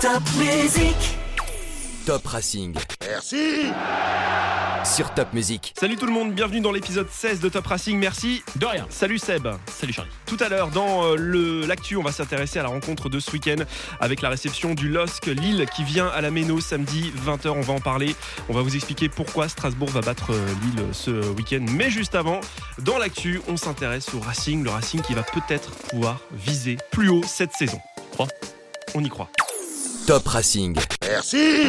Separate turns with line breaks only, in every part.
Top Music.
Top Racing
Merci
sur Top Music.
Salut tout le monde, bienvenue dans l'épisode 16 de Top Racing, merci.
De rien.
Salut Seb.
Salut Charlie.
Tout à l'heure, dans euh, le- l'actu, on va s'intéresser à la rencontre de ce week-end avec la réception du LOSC Lille qui vient à la Méno samedi 20h. On va en parler. On va vous expliquer pourquoi Strasbourg va battre euh, Lille ce week-end. Mais juste avant, dans l'actu, on s'intéresse au Racing, le Racing qui va peut-être pouvoir viser plus haut cette saison.
Crois.
On y croit.
Top Racing,
Merci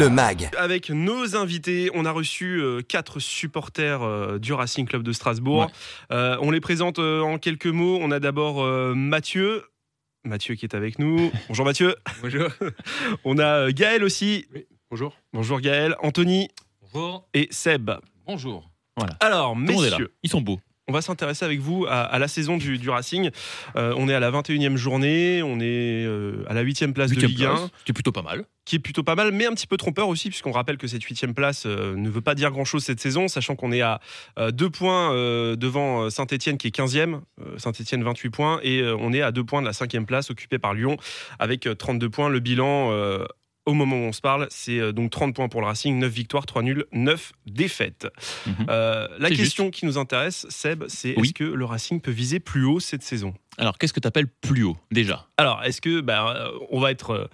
le mag.
Avec nos invités, on a reçu euh, quatre supporters euh, du Racing Club de Strasbourg.
Ouais.
Euh, on les présente euh, en quelques mots. On a d'abord euh, Mathieu. Mathieu qui est avec nous. Bonjour Mathieu.
Bonjour.
On a euh, Gaël aussi.
Bonjour.
Bonjour Gaël, Anthony
Bonjour.
et Seb.
Bonjour.
Alors
Tout le monde est là.
messieurs,
Ils sont beaux.
on va s'intéresser avec vous à, à la saison du, du Racing. Euh, on est à la 21e journée, on est euh, à la 8e place
Huitième
de Ligue 1.
place, C'était plutôt pas mal.
qui est plutôt pas mal, mais un petit peu trompeur aussi, puisqu'on rappelle que cette huitième place euh, ne veut pas dire grand-chose cette saison, sachant qu'on est à euh, deux points euh, devant euh, Saint-Etienne, qui est 15e, euh, Saint-Etienne 28 points, et euh, on est à deux points de la cinquième place, occupée par Lyon, avec euh, 32 points. Le bilan, euh, au moment où on se parle, c'est euh, donc 30 points pour le Racing, 9 victoires, 3 nuls, 9 défaites.
Mhm.
Euh, la
C'est
question qui nous intéresse, Seb, c'est
Oui.
est-ce que le Racing peut viser plus haut cette saison
Alors, qu'est-ce que t'appelles plus haut déjà
alors, est-ce que bah, euh, on va être euh,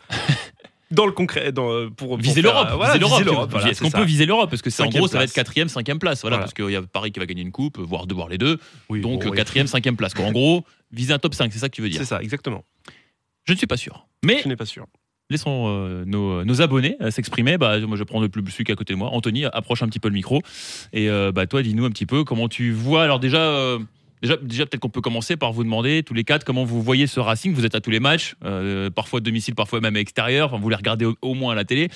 dans le concret dans, euh, pour pour
Viser
faire,
l'Europe.
euh, voilà,
viser l'Europe.
voilà,
Est-ce
c'est
qu'on
ça.
peut viser l'Europe Parce que c'est en
Cinquième
gros, ça va
place.
être quatrième, cinquième place. Voilà,
Voilà.
parce qu'il y a Paris qui va gagner une coupe, voire deux, voire les deux.
Oui,
Donc
bon, oui.
quatrième, cinquième place. quoi. En gros, viser un top 5, c'est ça que tu veux dire
C'est ça, exactement.
Je ne suis pas sûr. Mais
Je n'ai pas sûr.
laissons euh, nos, nos abonnés euh, s'exprimer. Bah, moi, je prends le plus celui qui est à côté de moi. Anthony, approche un petit peu le micro. Et euh, bah, toi, dis-nous un petit peu comment tu vois. Alors déjà, euh, déjà, déjà peut-être qu'on peut commencer par vous demander tous les quatre comment vous voyez ce Racing. Vous êtes à tous les matchs, euh, parfois à domicile, parfois même à extérieur. Enfin, vous les regardez au, au moins à la télé.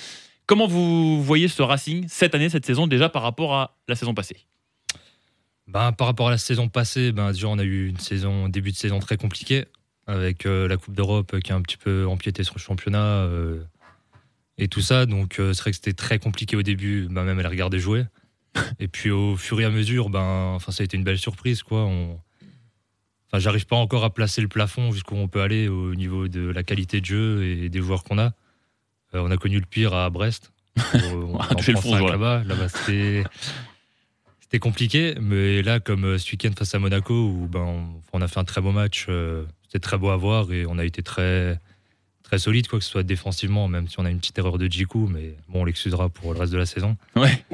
Comment vous voyez ce Racing cette année, cette saison déjà par rapport à la saison passée
Ben, par rapport à la saison passée, ben, déjà, on a eu une saison, un début de saison très compliqué, avec euh, la Coupe d'Europe euh, qui a un petit peu empiété sur le championnat euh, et tout ça. Donc, euh, c'est vrai que c'était très compliqué au début, ben, même à la regarder jouer. Et puis, au fur et à mesure, ben, enfin, ça a été une belle surprise. Quoi. On... Enfin, J'arrive pas encore à placer le plafond jusqu'où on peut aller au niveau de la qualité de jeu et des joueurs qu'on a. Euh, on a connu le pire à Brest. Euh, on
a
en
touché le
prend
fond,
cinq
voilà.
là-bas. Là-bas, c'était. C'était compliqué, mais là, comme euh, ce week-end face à Monaco, où ben, on, on a fait un très beau match, euh, c'était très beau à voir et on a été très, très solide, quoi que ce soit défensivement, même si on a une petite erreur de Jiku, mais bon, on l'excusera pour le reste de la saison.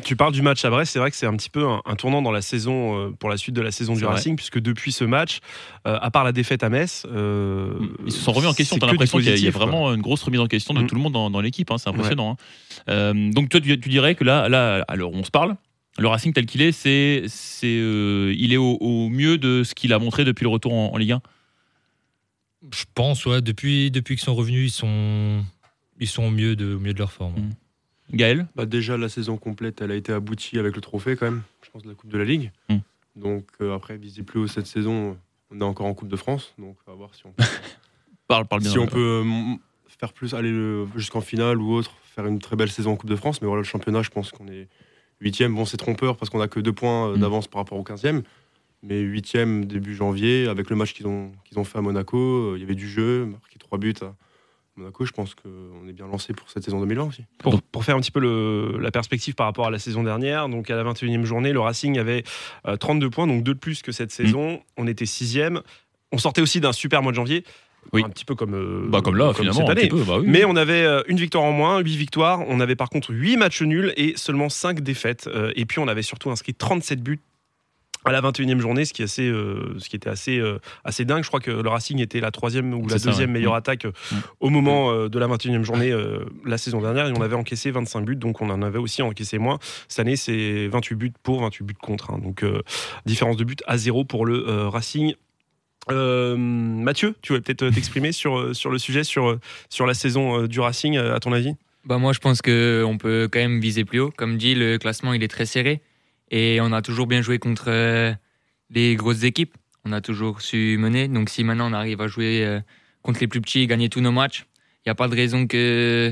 Tu parles du match à Brest, c'est vrai que c'est un petit peu un, un tournant dans la saison, euh, pour la suite de la saison du
C'est vrai.
Racing, puisque depuis ce match, euh, à part la défaite à Metz, euh,
Hmm. Ils se sont remis en question.
c'est
T'as
que du
l'impression qu'il y, a- il y a
positif, quoi.
vraiment une grosse remise en question de
Mm.
tout le monde dans, dans l'équipe. hein, c'est impressionnant. hein. Euh, donc toi, tu, tu dirais que là, là, alors on se parle. Le Racing tel qu'il est, c'est, c'est, euh, il est au, au mieux de ce qu'il a montré depuis le retour en, en Ligue 1.
Je pense, ouais, depuis, depuis qu'ils sont revenus, ils sont, ils sont au, mieux de, au mieux de leur forme.
Mm. Gaël,
Bah déjà, la saison complète, elle a été aboutie avec le trophée, quand même, je pense, de la Coupe de la Ligue.
Mm.
Donc, euh, après, viser plus haut cette saison, on est encore en Coupe de France. Donc, on va voir si on peut,
parle, parle bien.
si on peut euh, m- faire plus, aller euh, jusqu'en finale ou autre, faire une très belle saison en Coupe de France. Mais voilà, le championnat, je pense qu'on est huitième. Bon, c'est trompeur parce qu'on a que deux points euh,
Mm.
d'avance par rapport au 15e. Mais huitième début janvier, avec le match qu'ils ont, qu'ils ont fait à Monaco, euh, il y avait du jeu, marqué trois buts à Monaco. Je pense qu'on est bien lancé pour cette saison 2001 aussi.
Pour, pour faire un petit peu le- la perspective par rapport à la saison dernière, donc à la 21e journée, le Racing avait euh, 32 points, donc deux de plus que cette
Mm.
saison. On était sixième. On sortait aussi d'un super mois de janvier.
Oui.
Un petit peu comme, euh,
Bah comme là,
cette
finalement, un
année.
petit peu. bah oui.
Mais on avait euh, une victoire en moins, 8 victoires. On avait par contre 8 matchs nuls et seulement 5 défaites. Euh, Et puis on avait surtout inscrit 37 buts à la 21e journée, ce qui, est assez, euh, ce qui était assez, euh, assez dingue. Je crois que le Racing était la troisième ou la
C'est ça,
deuxième
ouais.
meilleure
Mmh.
attaque euh,
Mmh.
au moment euh, de la 21e journée euh, la saison dernière. Et on avait encaissé 25 buts, donc on en avait aussi encaissé moins. Cette année, c'est 28 buts pour, 28 buts contre. hein. Donc euh, différence de but à zéro pour le euh, Racing. Euh, Mathieu, tu voulais peut-être euh, t'exprimer sur, euh, sur le sujet, sur, euh, sur la saison euh, du Racing, euh, à ton avis
Bah moi, je pense qu'on peut quand même viser plus haut. Comme dit, le classement, il est très serré. Et on a toujours bien joué contre euh, les grosses équipes. On a toujours su mener. Donc si maintenant on arrive à jouer euh, contre les plus petits, gagner tous nos matchs, il n'y a pas de raison que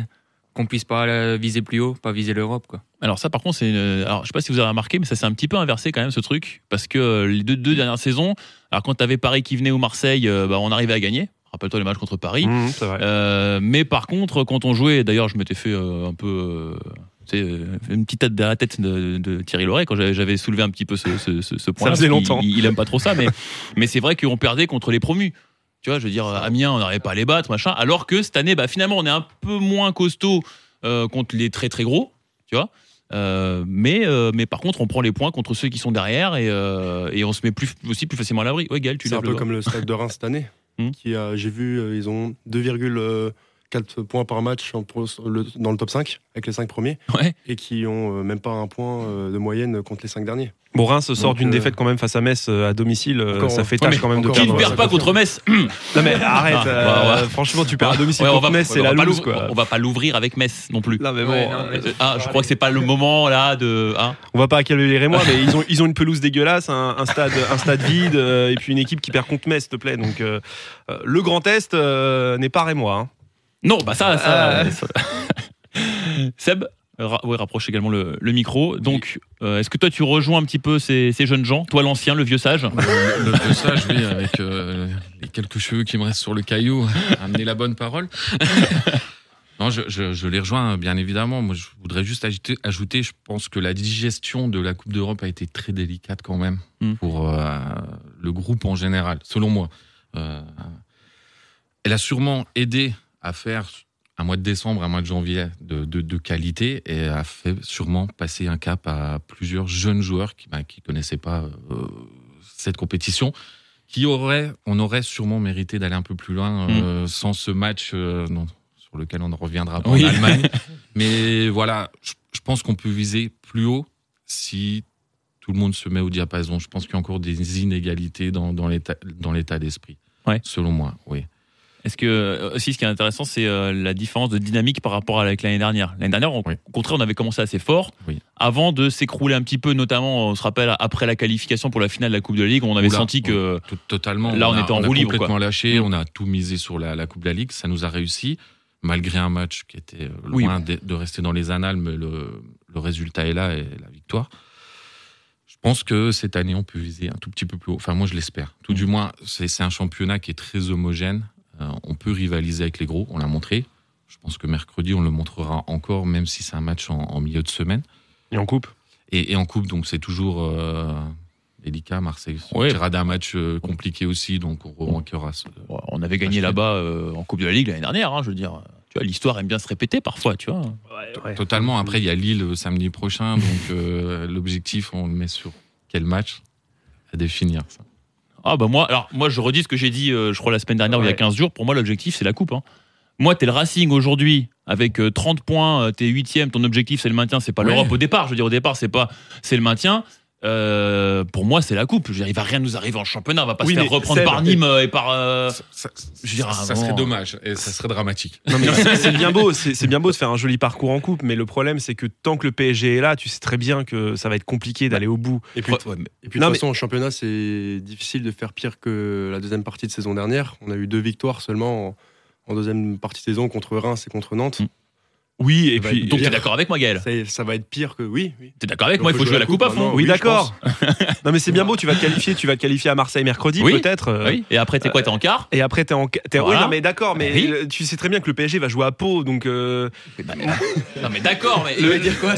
qu'on puisse pas euh, viser plus haut, pas viser l'Europe. quoi.
Alors ça, par contre, c'est. Une... Alors je sais pas si vous avez remarqué, mais ça s'est un petit peu inversé quand même ce truc, parce que euh, les deux, deux dernières saisons, alors quand t'avais Paris qui venait ou Marseille, euh, bah, on arrivait à gagner. rappelle-toi les matchs contre Paris.
Mmh, c'est vrai.
Euh, mais par contre, quand on jouait, d'ailleurs, je m'étais fait euh, un peu. euh, tu sais, euh, une petite tête derrière la tête de, de Thierry Loret quand j'avais j'avais soulevé un petit peu ce, ce, ce, ce point.
faisait longtemps.
Il, il aime pas trop ça, mais, mais c'est vrai qu'on perdait contre les promus. Tu vois, je veux dire, Amiens, on n'arrivait pas à les battre, machin. Alors que cette année, bah, finalement, on est un peu moins costaud euh, contre les très très gros, tu vois. Euh, mais, euh, mais par contre, on prend les points contre ceux qui sont derrière et, euh, et on se met plus, aussi plus facilement à l'abri. Ouais, Gaël, tu
C'est
l'as
un peu comme le stade de Reims cette année.
Hmm.
qui a- J'ai vu, euh, ils ont 2,4 points par match en pro- le- dans le top 5, avec les 5 premiers,
Ouais.
et qui ont euh, même pas un point euh, de moyenne contre les 5 derniers.
Bon, Reims sort
Donc,
d'une
euh,
défaite quand même face à Metz euh, à domicile. euh,
Encore,
ça fait
Ouais,
tâche
mais
quand même de
encore,
Qui
perdre. euh,
ne
ouais,
perd
ça
pas
confirme.
contre Metz
Non mais arrête.
Ah, bah, Ouais,
euh, Franchement, tu perds à domicile
Ouais, on
contre
va-
Metz, c'est
on
la
va pas
loose
l'ouvrir-
quoi.
On va pas l'ouvrir avec Metz non plus.
Non mais bon,
Ouais, non,
euh,
mais-
Euh, ah, je crois que c'est pas le moment là de. hein.
on va pas accaler les Rémois, mais ils ont ils ont une pelouse dégueulasse, un, un stade un stade vide euh, et puis une équipe qui perd contre Metz, s'il te plaît. Donc euh, euh, le Grand Est euh, n'est pas Rémois. hein.
Non, bah ça, ça.
Euh.
ça- Seb, ra- ouais, rapproche également le, le micro. Donc, euh, est-ce que toi tu rejoins un petit peu ces, ces jeunes gens Toi l'ancien, le vieux sage
le, le passage, oui, avec euh, les quelques cheveux qui me restent sur le caillou, amener la bonne parole. non, je, je- je les rejoins, bien évidemment. Moi, je voudrais juste ajouter, ajouter, je pense que la digestion de la Coupe d'Europe a été très délicate quand même
Mm.
pour euh, le groupe en général, selon moi. Euh, elle a sûrement aidé à faire un mois de décembre, un mois de janvier de, de- de qualité et a fait sûrement passer un cap à plusieurs jeunes joueurs qui ne connaissaient pas euh, cette compétition. Qui aurait, on aurait sûrement mérité d'aller un peu plus loin euh, sans ce match euh, non, sur lequel on ne reviendra pas
Hmm. Oui.
en Allemagne. Mais voilà, je, je pense qu'on peut viser plus haut si tout le monde se met au diapason. Je pense qu'il y a encore des inégalités dans, dans l'état dans l'état d'esprit,
Ouais.
selon moi. Oui.
Est-ce que euh, aussi ce qui est intéressant, c'est euh, la différence de dynamique par rapport à avec l'année dernière. L'année dernière, on-
Oui.
au contraire, on avait commencé assez fort,
Oui.
avant de s'écrouler un petit peu, notamment, on se rappelle après la qualification pour la finale de la Coupe de la Ligue, on avait
Oula,
senti que
Tout- totalement.
Là, on
a-
était en
a
roue libre,
complètement lâché.
Mm.
On a tout misé sur la, la Coupe de la Ligue. Ça nous a réussi, malgré un match qui était euh,
Oui,
loin de, de rester dans les annales. Mais le, le résultat est là et la victoire. Je pense que cette année, on peut viser un tout petit peu plus haut. Enfin, moi, je l'espère. Tout du moins, c'est c'est un championnat qui est très homogène. Euh, on peut rivaliser avec les gros. On l'a montré. Je pense que mercredi, on le montrera encore, même si c'est un match en- en milieu de semaine.
Et en coupe.
Et, et en coupe, donc c'est toujours euh, délicat. Marseille se
Ouais.
tirera d'un match euh, compliqué aussi, donc on remanquera. ce-
on avait gagné
Acheter.
là-bas euh, en Coupe de la Ligue l'année dernière. hein, je veux dire, tu vois, l'histoire aime bien se répéter parfois, tu vois.
Totalement. Après, il y a Lille euh, samedi prochain, donc euh, l'objectif, on le met sur quel match à définir. Ça.
Ah bah moi, alors moi je redis ce que j'ai dit, euh, je crois la semaine dernière ou il y a
Ouais.
15 jours. Pour moi l'objectif c'est la coupe. hein. Moi t'es le Racing aujourd'hui avec euh, 30 points, euh, t'es huitième, ton objectif c'est le maintien, c'est pas
Ouais.
l'Europe au départ. Je veux dire au départ c'est pas, c'est le maintien. Euh, pour moi c'est la coupe. Je veux dire, il va rien nous arriver en championnat, on va pas
Oui,
se faire
mais
reprendre
Seb-
par Nîmes euh, et par. euh,
Ça,
je veux dire, à un
ça
moment,
serait
euh,
dommage et ça serait dramatique.
Non, mais c'est c'est bien beau, c'est c'est bien beau de faire un joli parcours en coupe, mais le problème c'est que tant que le PSG est là, tu sais très bien que ça va être compliqué d'aller au bout.
Et puis,
ouais, mais-
et puis
Non,
de toute
mais-
façon, en championnat, c'est difficile de faire pire que la deuxième partie de saison dernière. On a eu deux victoires seulement en, en deuxième partie de saison contre Reims et contre Nantes.
Mm.
Oui, et
Ça va
puis
être
donc
dur.
t'es d'accord avec moi Gaël
Ça, ça va être pire que. Oui, oui.
T'es d'accord avec
On
moi Il
peut
faut jouer la coupe à fond.
maintenant.
Oui,
je
d'accord. Non mais c'est bien beau, tu vas te qualifier, tu vas te qualifier à Marseille mercredi
Oui.
peut-être. euh,
Oui. Et après t'es quoi T'es en quart
Et après t'es en t'es-
Voilà.
Oui, non mais d'accord, mais
Oui.
le- tu sais très bien que le PSG va jouer à Pau, donc euh,
Non mais d'accord, mais
Le-
dire quoi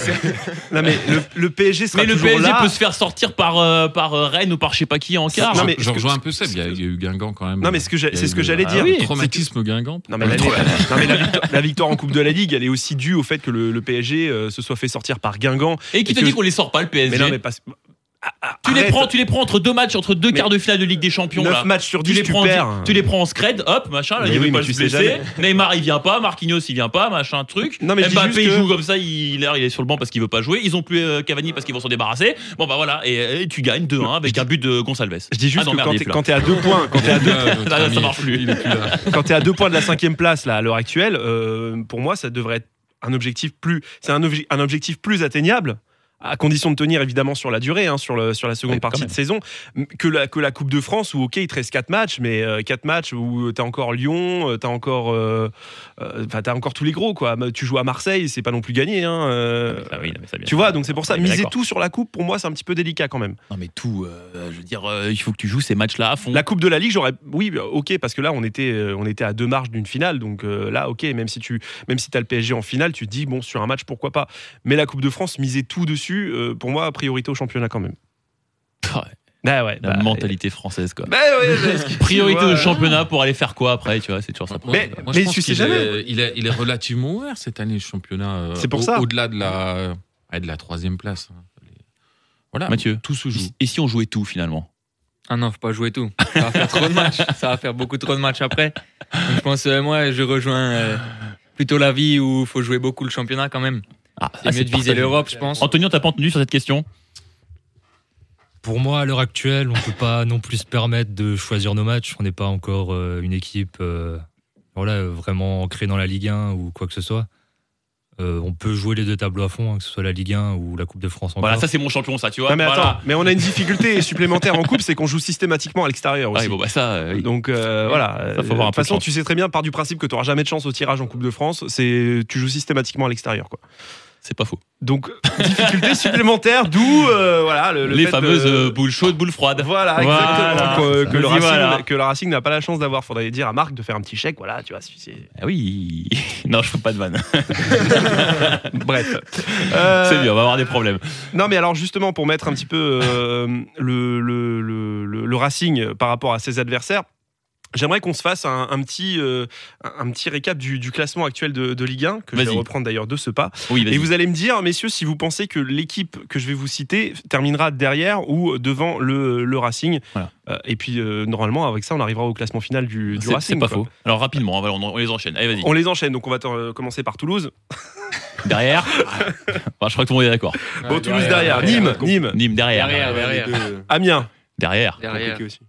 non mais le, le PSG sera
Mais le
toujours
PSG
là.
peut se faire sortir par euh, par euh, Rennes ou par je sais pas qui en quart.
Non,
Je-
mais ce
je
que-
rejoins un peu Seb. Il y, a- il y a eu Guingamp quand même.
Non, mais ce que j'ai-
Il y a
c'est
eu
ce que
le-
j'allais
ah
dire.
oui,
C'est que-
le traumatisme Guingamp.
Non mais, la, non, mais la victoire, la victoire en Coupe de la Ligue, elle est aussi due au fait que le, le PSG euh, se soit fait sortir par Guingamp.
Et qui
Et
te
que-
dit qu'on les sort pas le PSG
Mais non mais pas. Ah, ah,
Tu les
arrête.
prends, tu les prends entre deux matchs, entre deux
Mais-
quarts de finale de Ligue des Champions.
9
là.
matchs sur 10,
Tu les, prends,
perds.
tu les prends en scred, hop, machin, là,
Mais
il
oui,
veut
mais
pas
tu
se
sais
blesser. Neymar il vient pas, Marquinhos il vient pas, machin, truc.
Non, mais je dis
Mbappé
juste
il
que-
joue comme ça, il, l'air, il est sur le banc parce qu'il veut pas jouer. Ils ont plus euh, Cavani parce qu'ils vont s'en débarrasser. Bon bah voilà, et, et tu gagnes 2-1 avec un but de Gonçalves.
Je dis juste
Ah non,
que
merde,
quand
il est
t'es-
plus là.
quand t'es à deux points, quand t'es à deux
Là, ça marche plus.
Il est plus là.
quand tu es à deux points de la cinquième place là, à l'heure actuelle, euh, pour moi, ça devrait être un objectif plus, c'est un, obje- un objectif plus atteignable. à condition de tenir évidemment sur la durée, hein, sur, le, sur la seconde
Ouais, quand
partie
même.
de saison, m- que la, que la Coupe de France où, ok, il te reste 4 matchs, mais 4 matchs où t'as encore Lyon, euh, t'as encore, euh, euh, enfin, t'as encore tous les gros, quoi. Tu joues à Marseille, c'est pas non plus gagné. hein, euh,
Ah, oui, non, mais ça, bien
tu
sûr.
vois, donc c'est pour ça,
On est bien
miser
d'accord.
tout sur la Coupe, pour moi, c'est un petit peu délicat quand même.
Non, mais tout, euh, je veux dire, euh, il faut que tu joues ces matchs-là à fond.
La Coupe de la Ligue, j'aurais. Oui, ok, parce que là, on était, euh, on était à deux marches d'une finale. Donc euh, là, ok, même si tu même si as le PSG en finale, tu te dis, bon, sur un match, pourquoi pas. Mais la Coupe de France, miser tout dessus, euh, pour moi, priorité au championnat quand même.
Ah ouais,
Ah ouais,
la
bah,
mentalité française, quoi.
bah ouais, parce que-
Priorité
tu vois,
au championnat pour aller faire quoi après, tu vois, c'est toujours ça.
Mais-
Moi,
mais
je pense
tu sais
qu'il
jamais.
est- il, est, il est relativement ouvert cette année, le championnat. euh,
C'est pour
au-
ça.
Au-delà de la, euh, ouais, de la troisième place. hein. Les- Voilà.
Mathieu,
Tout se joue.
et si on jouait tout finalement
Ah non, faut pas jouer tout. Ça va faire trop de matchs. Ça va faire beaucoup trop de matchs après. Donc, je pense, euh, moi, je rejoins euh, plutôt la vie où faut jouer beaucoup le championnat quand même.
Ah,
C'est mieux de viser l'Europe, je pense.
Antonio, t'as pas entendu sur cette question
Pour moi, à l'heure actuelle, on peut pas non plus se permettre de choisir nos matchs. On n'est pas encore euh, une équipe euh, voilà, euh, vraiment ancrée dans la Ligue 1 ou quoi que ce soit. Euh, on peut jouer les deux tableaux à fond, hein, que ce soit la Ligue 1 ou la Coupe de France. Encore.
Voilà, ça c'est mon champion, ça, tu vois.
Non, mais
Voilà.
attends, mais on a une difficulté supplémentaire en Coupe, c'est qu'on joue systématiquement à l'extérieur
Ah
aussi.
oui, bon, bah ça, euh, oui.
Donc euh, voilà.
Ça, faut avoir un
de toute
peu de
façon,
chance.
tu sais très bien, par du principe que tu n'auras jamais de chance au tirage en Coupe de France, c'est tu joues systématiquement à l'extérieur. quoi.
c'est pas faux.
Donc, difficulté supplémentaire, d'où euh, voilà, le, le
Les
fait,
fameuses
euh,
euh, boules chaudes, boules froides.
Voilà,
Voilà.
exactement. Que, que le
Vas-y,
Racing,
voilà.
que le Racing n'a pas la chance d'avoir. Faudrait dire à Marc de faire un petit chèque, voilà, tu vois. si c'est-
Ah oui. non, je fais pas de vanne.
Bref. Euh,
C'est bien, on va avoir des problèmes.
Non, mais alors justement, pour mettre un petit peu euh, le, le, le- le- le Racing par rapport à ses adversaires. J'aimerais qu'on se fasse un, un petit, euh, un un petit récap du, du classement actuel de, de Ligue 1, que je vais
Vas-y.
reprendre d'ailleurs de ce pas.
Oui, vas-y.
Et vous allez me dire, messieurs, si vous pensez que l'équipe que je vais vous citer terminera derrière ou devant le, le Racing.
Voilà.
Euh, et puis, euh, normalement, avec ça, on arrivera au classement final du, du
C'est-
Racing.
C'est pas
quoi.
faux. Alors rapidement, hein, voilà, on, on les enchaîne. Allez, vas-y.
On les enchaîne, donc on va te- commencer par Toulouse.
Derrière. Enfin, je crois que tout le monde est d'accord.
bon, Toulouse derrière, Nîmes, Nîmes,
Nîmes derrière.
Derrière.
les deux, euh,
Amiens.
Derrière.
Derrière.
compliqué aussi.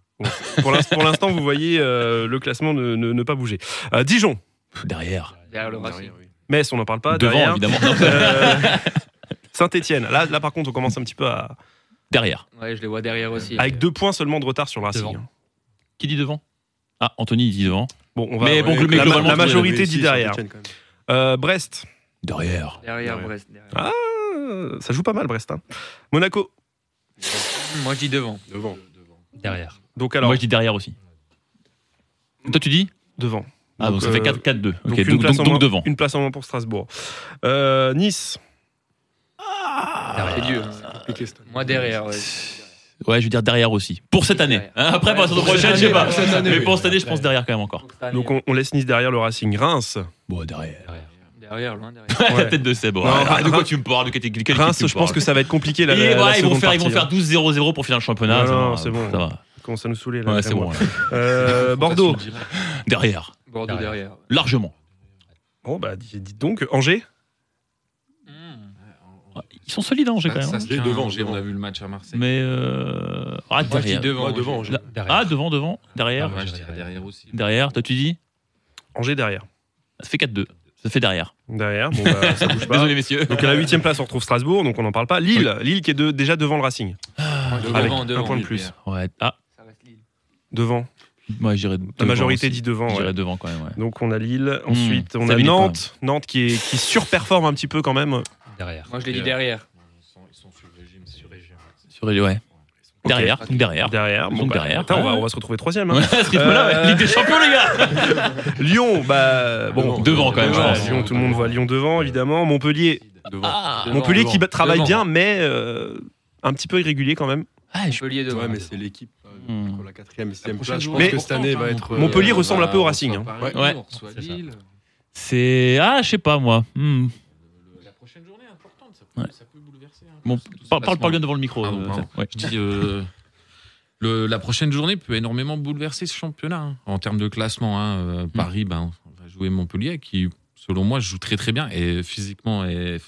Pour l'ins- pour l'instant, vous voyez euh, le classement ne, ne- ne pas bouger. Euh, Dijon,
Derrière.
Derrière le Racing.
Derrière, oui.
Metz, on n'en parle pas.
Devant,
derrière.
évidemment. Non,
Euh, Saint-Etienne, là, là par contre, on commence un petit peu à.
derrière.
Ouais, je les vois derrière aussi.
Avec deux points seulement de retard sur le Racing. hein.
Devant.
Qui dit devant Ah, Anthony il dit devant.
Bon, on va.
Mais bon,
la-
globalement,
la,
Toulouse,
majorité
Mais
dit
si,
derrière.
Saint-Étienne, quand même.
Euh, Brest,
Derrière.
Derrière
Derrière.
Brest. derrière.
Ah. Euh, ça joue pas mal Brest. hein. Monaco.
Moi, je dis devant.
Devant.
Derrière.
Donc alors
Moi, je dis derrière aussi. Toi, tu dis
devant.
Ah, donc, ça
euh,
fait 4-4-2.
donc
Ok, donc,
une
donc,
place en
donc
moins-
devant.
Une place en moins pour Strasbourg. Euh, nice.
Ah,
C'est
derrière.
dur.
Compliqué, cette année.
Moi, derrière. ouais.
Ouais, je veux dire derrière aussi. Pour cette année.
Derrière.
Hein, après, pour la saison
Pour cette
prochaine, je
année,
sais pas.
pour cette année,
Mais
oui.
pour cette année, je pense derrière quand même encore.
Donc on, on laisse Nice derrière le Racing. Reims.
Bon, derrière.
Derrière, loin derrière.
La tête de Seb. ouais.
Non,
Ah, de quoi
Reims-
tu me parles De quelle- quelle équipe tu
Reims,
me
je pense
parles
que ça va être compliqué la,
Et
la- la
voilà, ils, vont
seconde
faire, ils vont
partie, hein.
faire 12-0-0 pour finir le championnat.
Non,
ça
non,
va,
c'est bon.
Ça va.
hein. Commence à nous saouler. là,
Ouais, c'est
vraiment.
bon. là.
Euh, Bordeaux.
Derrière.
Bordeaux derrière.
Largement.
Bon bah dis- dites donc Angers.
Ils sont solides, hein, j'ai
Bah,
quand même.
Ça
hein.
se
J'ai
tient,
devant,
on-
j'ai
On a
devant.
vu le match à Marseille.
Mais. euh, Ah,
Moi, je dis
derrière.
devant.
Moi, devant,
je-
Angers.
Ah, devant, devant. Derrière.
Ah, Ouais, je dirais derrière aussi.
Derrière. Toi, tu dis
Angers derrière.
Ça fait 4-2. Ça fait derrière.
Derrière. Bon bah ça bouge pas.
Désolé, messieurs.
Donc euh, à la huitième place on retrouve Strasbourg. Donc on n'en parle pas. Lille. Lille qui est de- déjà devant le Racing.
Moi, je dis
Avec
devant,
un
devant.
point de plus.
Ouais. Ah,
Ça reste Lille.
Devant.
moi,
La
j'irais. devant
majorité
aussi.
dit devant. ouais.
J'irais devant quand même, ouais.
Donc on a Lille, ensuite on
ça
a
valide
Nantes, Nantes qui, est, qui surperforme un petit peu quand même.
Derrière.
Moi, je l'ai dit derrière.
Ils sont, ils sont sur régime. Sur régime.
Sur les- ouais. Derrière, Ah, donc derrière.
Derrière,
Ils
bon,
sont
bah,
derrière.
attends, on, va,
Ouais.
on va se retrouver troisième. hein.
Ouais, à ce rythme-là, ouais.
Euh,
Ligue des champions, les gars
Lyon, bah bon,
Bon, devant quand même, je
voilà,
pense.
Lyon, tout le monde voit Lyon devant évidemment. Montpellier,
Devant.
Ah,
Devant,
Montpellier qui
devant.
bat- travaille
Devant.
bien, mais euh, un petit peu irrégulier quand même.
Ah, je-
Montpellier devant.
Ouais, mais c'est l'équipe. euh,
Hmm.
pour La quatrième, sixième
prochaine
place. Je
journée
pense
est
que cette année va
importante,
être.
hein.
euh,
Montpellier ressemble un peu au Racing, hein.
Paris,
Ouais.
on reçoit
C'est ça.
Lille.
c'est. Ah, je sais pas, moi. Hmm.
La prochaine journée est importante. Ça
Ouais.
peut, ça peut bouleverser. un peu
Bon,
ce- tout ce
par- parle,
classement.
parle bien devant le micro.
Ah bon,
euh,
pardon.
ouais.
Je dis, euh, le- la prochaine journée peut énormément bouleverser ce championnat hein, en termes de classement. hein.
Mm.
Euh, Paris, ben, on va jouer Montpellier, qui, selon moi, joue très très bien et physiquement est,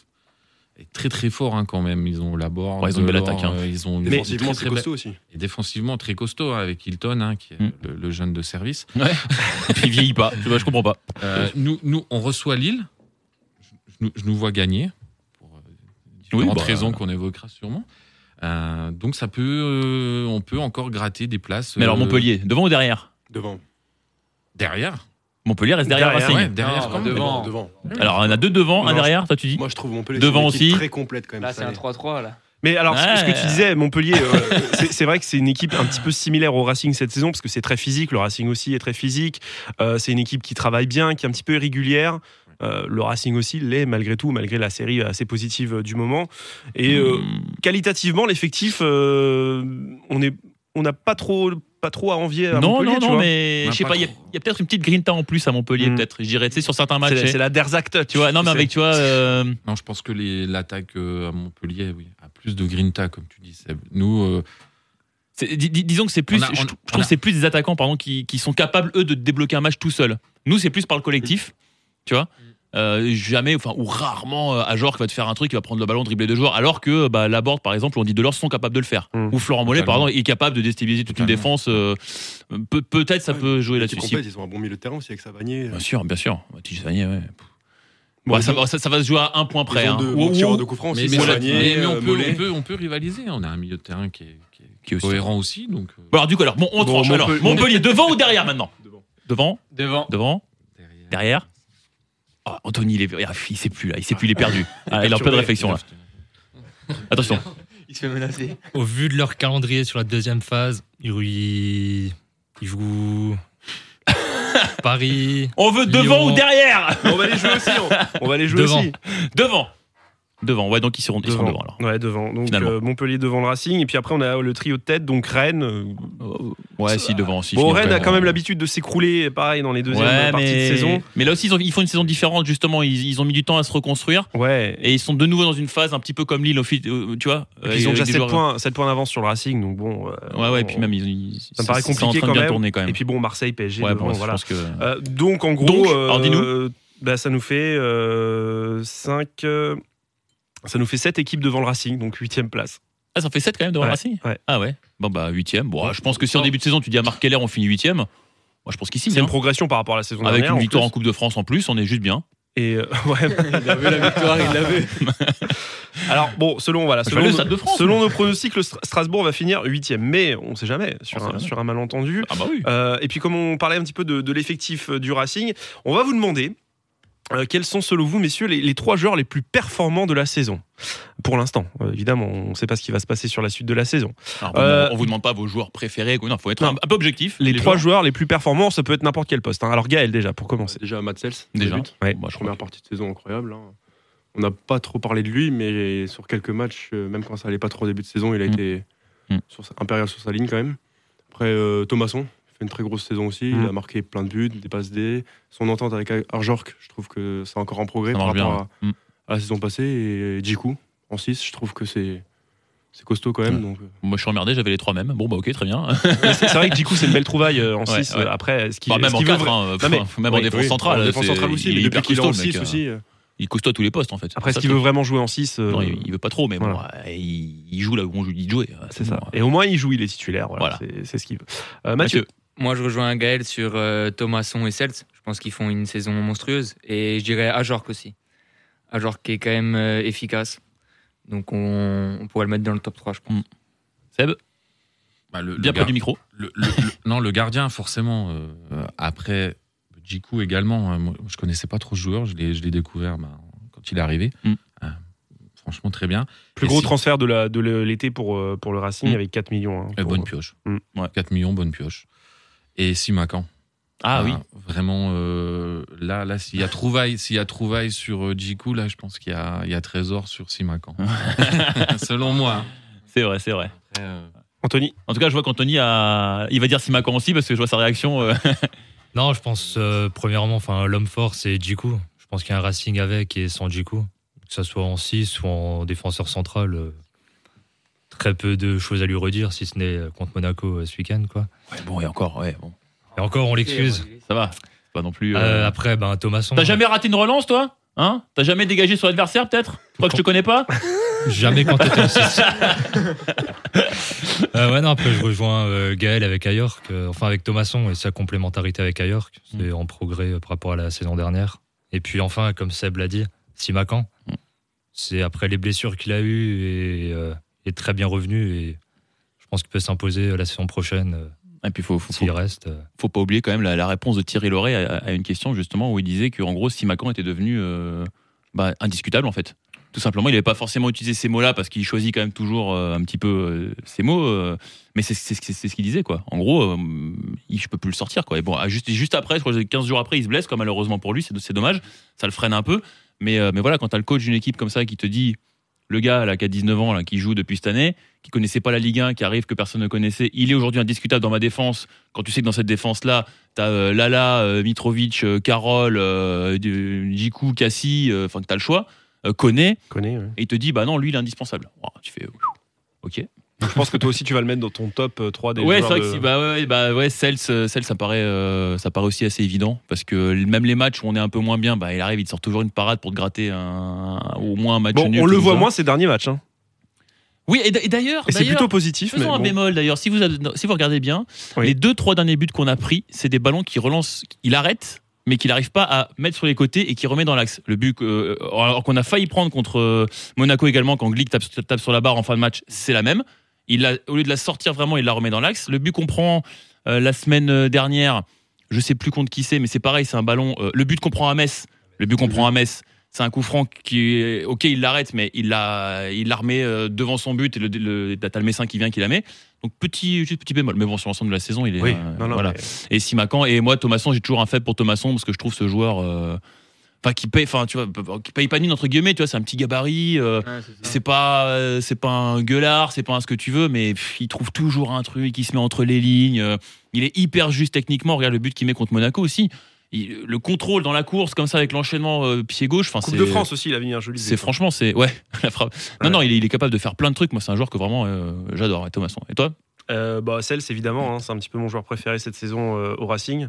est très très fort hein, quand même. Ils ont la borne,
Ouais, ils ont une belle
l'or,
attaque, hein.
euh, ils ont une force
Défensivement,
très,
c'est
très belle-
costaud aussi.
et défensivement très costaud hein, avec Hilton, hein, qui est
Mm.
le, le jeune de service.
Et puis il vieillit pas. Je, sais pas, je comprends pas.
Euh, nous, nous, on reçoit Lille. Je, je nous- je nous vois gagner. Pour euh,
Oui,
différentes
bah,
raisons qu'on évoquera sûrement. Euh, donc ça peut, euh, on peut encore gratter des places.
Mais alors
euh,
Montpellier, devant ou derrière
Devant.
derrière.
Montpellier reste derrière,
Derrière,
Racing.
Ouais, derrière.
Non,
quand même.
devant.
Devant.
Alors on a deux devant, un
Non,
derrière, toi tu dis
Moi, je trouve Montpellier
Devant
c'est une équipe
aussi.
très complète quand même.
Là, c'est
ça
un
l'est.
3-3, là.
Mais alors, ce- ce que tu
Ouais.
disais, Montpellier, euh, c'est- c'est vrai que c'est une équipe un petit peu similaire au Racing cette saison, parce que c'est très physique, le Racing aussi est très physique, Euh, c'est une équipe qui travaille bien, qui est un petit peu irrégulière. Euh, le Racing aussi l'est malgré tout, malgré la série assez positive euh, du moment. Et euh,
Hmm.
qualitativement, l'effectif, euh, on est, on n'a pas trop, pas trop à envier. À
non,
Montpellier,
non,
tu
non,
vois.
mais
On a
je sais
pas
pas, il y a,
trop.
il y a peut-être une petite grinta en plus à Montpellier,
Mm.
peut-être. Je dirais, tu sais, sur certains
C'est
matchs.
la- c'est
eh.
la Derzac Touch.
Tu vois, non, mais
C'est-
avec, tu vois, euh,
Non, je pense que les- l'attaque euh, à Montpellier, oui, a plus de grinta, comme tu dis. Seb. Nous, euh,
c'est- dis- dis- disons que c'est plus,
On
je,
a- on-
je
on
trouve
a-
que c'est plus des attaquants, pardon, qui, qui sont capables, eux, de débloquer un match tout seul. Nous, c'est plus par le collectif, tu vois. Euh, jamais, enfin, ou rarement, euh, Ajor qui va te faire un truc, il va prendre le ballon, dribbler deux joueurs, alors que bah, Laborde, par exemple, on dit de leur sont capables de le faire.
Mm.
Ou Florent Mollet, par
Totalement.
exemple, est capable de déstabiliser toute une
Totalement.
défense. euh, peut- peut-être ça
Ouais,
peut jouer
L'équipe
là-dessus. Si-
complète, ils ont un bon milieu de terrain aussi avec Savanier. euh,
Bien sûr, bien sûr. Titus Sagnier, ouais.
Bon,
Bah, ça,
ils ont-
va- ça- ça va se jouer à un point près.
ils ont
hein.
deux
Ou-
bons tireurs
ou-
de coups francs,
mais,
aussi,
mais ça-
Savanier,
mais- mais on,
euh,
peut,
Mollet.
on peut- on peut rivaliser. On a un milieu de terrain qui est, qui est- qui est
Qui est aussi-
cohérent aussi. Donc, euh,
Bon, alors, du coup, alors, bon, on
Bon,
tranche. Alors,
Montpellier-
Montpellier, devant ou derrière maintenant
Devant.
Devant,
Devant.
devant,
derrière.
derrière. Ah, Anthony, il est, ah, il sait plus là, il sait plus, il est perdu. Ah, il est en pleine
perturbé.
réflexion là. Attention.
Il se fait menacer.
Au vu de leur calendrier sur la deuxième phase, ils, ils- ils jouent Paris.
On veut devant
Lyon.
ou derrière
On va les jouer aussi. On, on va les jouer
Devant.
aussi.
Devant. Devant, ouais, donc ils seront ils seront devant, alors.
Ouais, devant. Donc
Finalement.
euh, Montpellier devant le Racing, et puis après on a le trio de tête, donc Rennes. euh,
Ouais, si, devant. Si,
Bon,
finalement,
Rennes a quand même l'habitude de s'écrouler, pareil, dans les deuxièmes
Ouais,
parties
mais...
de saison.
mais là aussi, ils, ont- ils font une saison différente, justement. Ils- ils ont mis du temps à se reconstruire.
Ouais. Et,
Et ils sont de nouveau dans une phase un petit peu comme Lille, au fil- euh, tu vois.
puis ils
euh,
ont
avec
déjà
des
7
joueurs-
points, 7 points d'avance sur le Racing, donc bon. euh,
Ouais, ouais, et
on-
puis même, ils, ils-
ça me paraît
c'est en
compliqué
train
quand
de bien
même.
tourner quand même.
Et puis bon, Marseille, PSG,
ouais,
devant,
bon,
voilà.
je pense que.
Euh, donc en gros,
Donc, alors, dis-nous.
euh, bah, ça nous fait 5. ça nous fait 7 équipes devant le Racing, donc 8ème place.
Ah, ça fait 7 quand même devant
Ouais,
Racing
ouais.
Ah ouais. Bon, bah, 8 Bon, je pense que si en début de saison, tu dis à Marc Keller, on finit 8 Moi, je pense qu'ici,
C'est une progression par rapport à la saison
hein. Avec
dernière.
une
en
victoire en
plus.
Coupe de France en plus, on est juste bien.
Et euh, ouais,
Il a vu la victoire, il l'a vu.
Alors bon, selon voilà,
Il
selon,
fallait le Stade de France,
selon
mais-
nos pronostics, le Stra- Strasbourg va finir huitième, mais on sait jamais sur,
On sait
un,
jamais.
sur un malentendu.
Ah bah oui.
Euh, et puis comme on parlait un petit peu de, de l'effectif euh, du Racing, on va vous demander. euh, quels sont selon vous, messieurs, les, les trois joueurs les plus performants de la saison Pour l'instant, euh, évidemment, on ne sait pas ce qui va se passer sur la suite de la saison.
Alors, bon,
euh,
on vous demande pas vos joueurs préférés. quoi. Non, faut être
Non.
un, un peu objectif.
Les, trois joueurs les plus performants, ça peut être n'importe quel poste. hein. Alors Gaël déjà, pour commencer.
C'est déjà Matsels.
Déjà.
débute.
Ouais. Moi, je crois
Première partie de saison incroyable. hein. On n'a pas trop parlé de lui, mais sur quelques matchs, euh, même quand ça allait pas trop au début de saison, il a
Mm.
été
Mm.
sur sa- impérial sur sa ligne quand même. Après, euh, Thomasson fait une très grosse saison aussi.
Mm.
Il a marqué plein de buts, des passes D. Son entente avec Arjork, je trouve que c'est encore en progrès
Ça
par
marche bien,
rapport
ouais. Mm.
à, à la saison passée. Et Djikou, en 6, je trouve que c'est c'est costaud quand même. Donc, euh,
Moi, je suis emmerdé, j'avais les trois mêmes. Bon, bah, ok, très bien.
Mais c'est c'est vrai que du coup, c'est une belle trouvaille euh, en
Ouais,
6.
ouais.
Après, ce qui
Bah, même en 4,
Non, mais-
même en
oui,
défense
oui,
centrale. hein,
en défense
c'est-
centrale aussi,
il
mais
est
depuis
hyper
qu'il est
costaud,
en
le mec,
6
euh,
aussi. euh,
Il costaud à tous les postes, en fait.
après ce
C'est ça
qu'il
le
veut
truc.
vraiment jouer en euh, 6.
Non, il, il veut pas trop, mais bon, ouais, il, il joue là où on joue d'y jouer.
C'est ça.
bon.
Et au moins, il joue, il est titulaire. Voilà,
Voilà.
C'est- C'est ce qu'il veut. Euh, Mathieu,
Moi, je rejoins Gaël sur euh, Thomasson et Celts. Je pense qu'ils font une saison monstrueuse. Et je dirais Ajorc aussi. Ajorc qui est quand même euh, efficace. Donc, on, on pourrait le mettre dans le top 3, je pense.
Seb,
Bah, le- le
bien
gar-
près du micro.
le- le- le- non, le gardien, forcément. euh, euh, après, Jiku également. hein, moi, je connaissais pas trop ce joueur. Je l'ai je l'ai découvert bah, quand il est arrivé.
Mm.
Euh, franchement, très bien.
plus
Et
gros
si-
transfert de la- de l'été pour, euh, pour le Racing
Mm.
avec 4 millions. hein,
Euh,
pour-
bonne pioche.
Mm.
Ouais.
4 millions, bonne pioche. Et Simacan.
Ah oui.
Vraiment, euh, là, là s'il y a trouvaille, s'il y a trouvaille sur euh, Jiku, là, je pense qu'il y a, il y a trésor sur Simacan. Selon moi. hein.
C'est vrai, c'est vrai.
Après, euh,
Anthony
En tout cas, je vois qu'Anthony a. Il va dire Simacan aussi parce que je vois sa réaction. euh,
Non, je pense euh, premièrement, enfin l'homme fort c'est Djikou. Je pense qu'il y a un Racing avec et sans Djikou, que ce soit en 6 ou en défenseur central. euh, très peu de choses à lui redire, si ce n'est euh, contre Monaco euh, ce week-end quoi.
Ouais, bon, et encore, ouais, bon.
Et encore on l'excuse.
Ça va. C'est Pas non plus. euh,
Euh, après ben Thomasson.
T'as jamais raté une relance, toi Hein T'as jamais dégagé sur l'adversaire, peut-être Je crois que je te connais pas
Jamais quand t'étais en 6. Euh, ouais, non, après, je rejoins euh, Gaël avec Ayork, euh, enfin avec Thomasson et sa complémentarité avec Ayork. C'est
Mm. Mm.
en progrès euh, par rapport à la saison dernière. Et puis enfin, comme Seb l'a dit, Simacan. C'est après les blessures qu'il a eues et euh, il est très bien revenu. Et je pense qu'il peut s'imposer euh, la saison prochaine euh,
Et puis, faut, faut, faut,
s'il reste. euh.
faut pas oublier quand même la, la réponse de Thierry Loret à, à une question, justement, où il disait qu'en gros, si Macan était devenu euh, bah, indiscutable, en fait. Tout simplement, il n'avait pas forcément utilisé ces mots-là parce qu'il choisit quand même toujours euh, un petit peu euh, ces mots, euh, mais c'est c'est- c'est- c'est ce qu'il disait, quoi. En gros, euh, il- je peux plus le sortir, quoi. Et bon, à juste, juste après, je crois que 15 jours après, il se blesse, quoi, malheureusement pour lui, c'est c'est dommage, ça le freine un peu. Mais, euh, mais voilà, quand tu as le coach d'une équipe comme ça qui te dit, le gars là, qui a 19 ans, là, qui joue depuis cette année, qui connaissait pas la Ligue 1, qui arrive que personne ne connaissait, il est aujourd'hui indiscutable dans ma défense, quand tu sais que dans cette défense-là, tu as Lala, euh, Mitrovic, euh, Carole, euh, du- Djikou, Cassie, euh, enfin que tu as le choix, euh, connaît,
Connais, ouais.
et il te dit, bah non, lui, il est indispensable. Oh, tu fais, ok.
Je pense que toi aussi, tu vas le mettre dans ton top euh, 3 des
ouais, c'est
joueurs
vrai
de-
que si, bah ouais, ouais, bah ouais, Cels, euh, Cels, ça paraît, euh, ça paraît aussi assez évident parce que même les matchs où on est un peu moins bien, bah il arrive, il te sort toujours une parade pour te gratter un, au moins un match
Bon,
nul,
on le
comme
voit
ça.
moins ces derniers matchs. hein.
Oui, et d- et d'ailleurs,
Et c'est
d'ailleurs,
plutôt positif. Mais
Faisons un
bon.
bémol d'ailleurs. Si vous, ad- si vous regardez bien,
Oui.
les deux trois derniers buts qu'on a pris, c'est des ballons qui relancent, il arrête, mais qu'il n'arrive pas à mettre sur les côtés et qui remet dans l'axe. Le but que- euh, alors qu'on a failli prendre contre euh, Monaco également quand Glick tape, tape sur la barre en fin de match, c'est la même. Il la- au lieu de la sortir vraiment, il la remet dans l'axe. Le but qu'on prend euh, la semaine dernière, je sais plus contre qui c'est, mais c'est pareil, c'est un ballon. euh, le but qu'on prend à Metz, le but
Mm-hmm.
qu'on prend à Metz, c'est un coup franc qui, est- ok, il l'arrête, mais il la, il la remet euh, devant son but et le, le, t'as le Messin qui vient, qui la met. Donc petit, juste petit bémol. Mais bon, sur l'ensemble de la saison, il est.
Oui,
euh,
non, non,
voilà.
mais-
Et Simacan et moi, Thomasson, j'ai toujours un faible pour Thomasson parce que je trouve ce joueur, euh, enfin qui paye, enfin tu vois, qui paye panine entre guillemets. Tu vois, c'est un petit gabarit. euh, c'est pas, euh, c'est pas un gueulard, c'est pas un ce que tu veux, mais pff, il trouve toujours un truc, il se met entre les lignes. euh, il est hyper juste techniquement. Regarde le but qu'il met contre Monaco aussi. Il- le contrôle dans la course comme ça avec l'enchaînement euh, pied gauche. Enfin,
Coupe
c'est-
de France aussi, il a mis un joli.
c'est franchement, c'est ouais, la frappe. Non,
Ouais.
non, il est, il est capable de faire plein de trucs. Moi, c'est un joueur que vraiment euh, j'adore. Et Thomasson. Et toi
Euh, bah, Cels, évidemment, hein, c'est un petit peu mon joueur préféré cette saison euh, au Racing.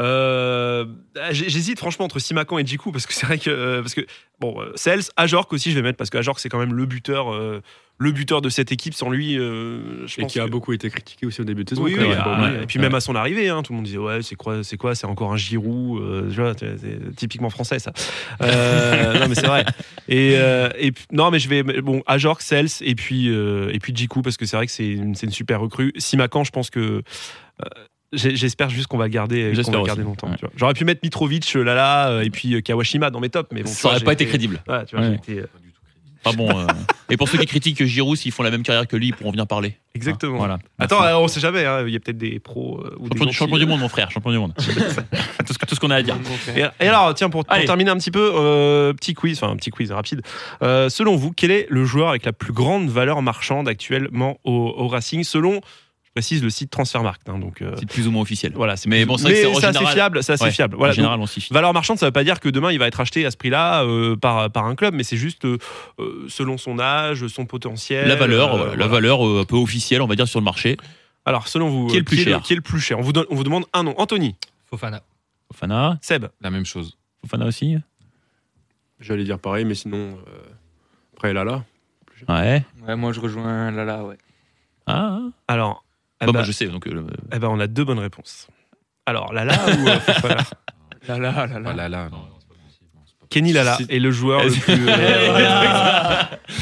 Euh, ah, j'ai- J'hésite franchement entre Simakan et Djikou parce que c'est vrai que euh, parce que bon euh, Cels, Ajorc aussi je vais mettre parce que Ajorc c'est quand même le buteur euh, le buteur de cette équipe sans lui euh, je
Et
pense
qui a
que-
beaucoup été critiqué aussi au début de saison.
Oui,
quand
oui,
même,
bah, ouais,
faut
ah,
pas oublier.
ouais. et puis même à son arrivée, hein, tout le monde disait ouais c'est quoi c'est quoi c'est encore un Giroud, euh, tu vois, c'est- c'est typiquement français ça. Euh, non mais c'est vrai. Et, euh, et puis- non mais je vais bon Ajorc, Cels et puis euh, et puis Djikou parce que c'est vrai que c'est une, c'est une super recrue. Simakan je pense que euh, j'ai- J'espère juste qu'on va le garder, qu'on va
J'espère
le
aussi,
garder longtemps.
ouais.
tu vois. J'aurais pu mettre Mitrovic, euh, Lala euh, et puis euh, Kawashima dans mes tops, mais bon. tu
Ça
vois,
aurait
j'ai
pas été crédible.
Ouais, tu vois, j'ai
Ouais.
été, euh,
Pas bon. euh. Et pour ceux qui critiquent Giroud, s'ils font la même carrière que lui, ils pourront venir parler. Hein,
Exactement.
Ah, Voilà.
Attends,
Merci.
euh, on sait jamais. hein, Il y a peut-être des pros euh, ou des
champion,
gentils.
champion du monde, mon frère, champion du monde. tout ce que- tout ce qu'on a à dire.
euh,
Et, et alors, tiens, pour, pour
Allez.
terminer un petit peu, euh, petit quiz, enfin un petit quiz rapide. Euh, selon vous, quel est le joueur avec la plus grande valeur marchande actuellement au, au Racing Selon, je précise, le site Transfermarkt. hein, donc euh,
C'est plus ou moins officiel.
voilà, c'est
Mais
plus-
bon, c'est vrai que c'est en
c'est assez
général-
fiable. C'est assez
Ouais,
fiable. Voilà,
en général, on s'y fie.
donc, valeur marchande, ça veut pas dire que demain il va être acheté à ce prix-là euh, par, par un club, mais c'est juste euh, euh, selon son âge, son potentiel.
La valeur,
euh,
voilà, la
voilà.
valeur euh, un peu officielle, on va dire, sur le marché.
Alors, selon vous,
Qui est
euh,
le plus cher
qui est le plus cher on vous, donne- on vous demande un nom. Anthony,
Fofana.
Fofana,
Seb,
La même chose.
Fofana aussi.
J'allais dire pareil, mais sinon, euh, après Lala.
Ouais.
Ouais, moi je rejoins Lala, ouais.
Ah.
alors. eh
Bah,
ben,
moi, je sais. Donc, euh,
Eh ben, on a deux bonnes réponses. Alors, Lala ou euh, Fofana
Lala,
Pas
Lala.
Oh là, là. non.
Kenny Lala
C'est-
est le joueur le plus. euh,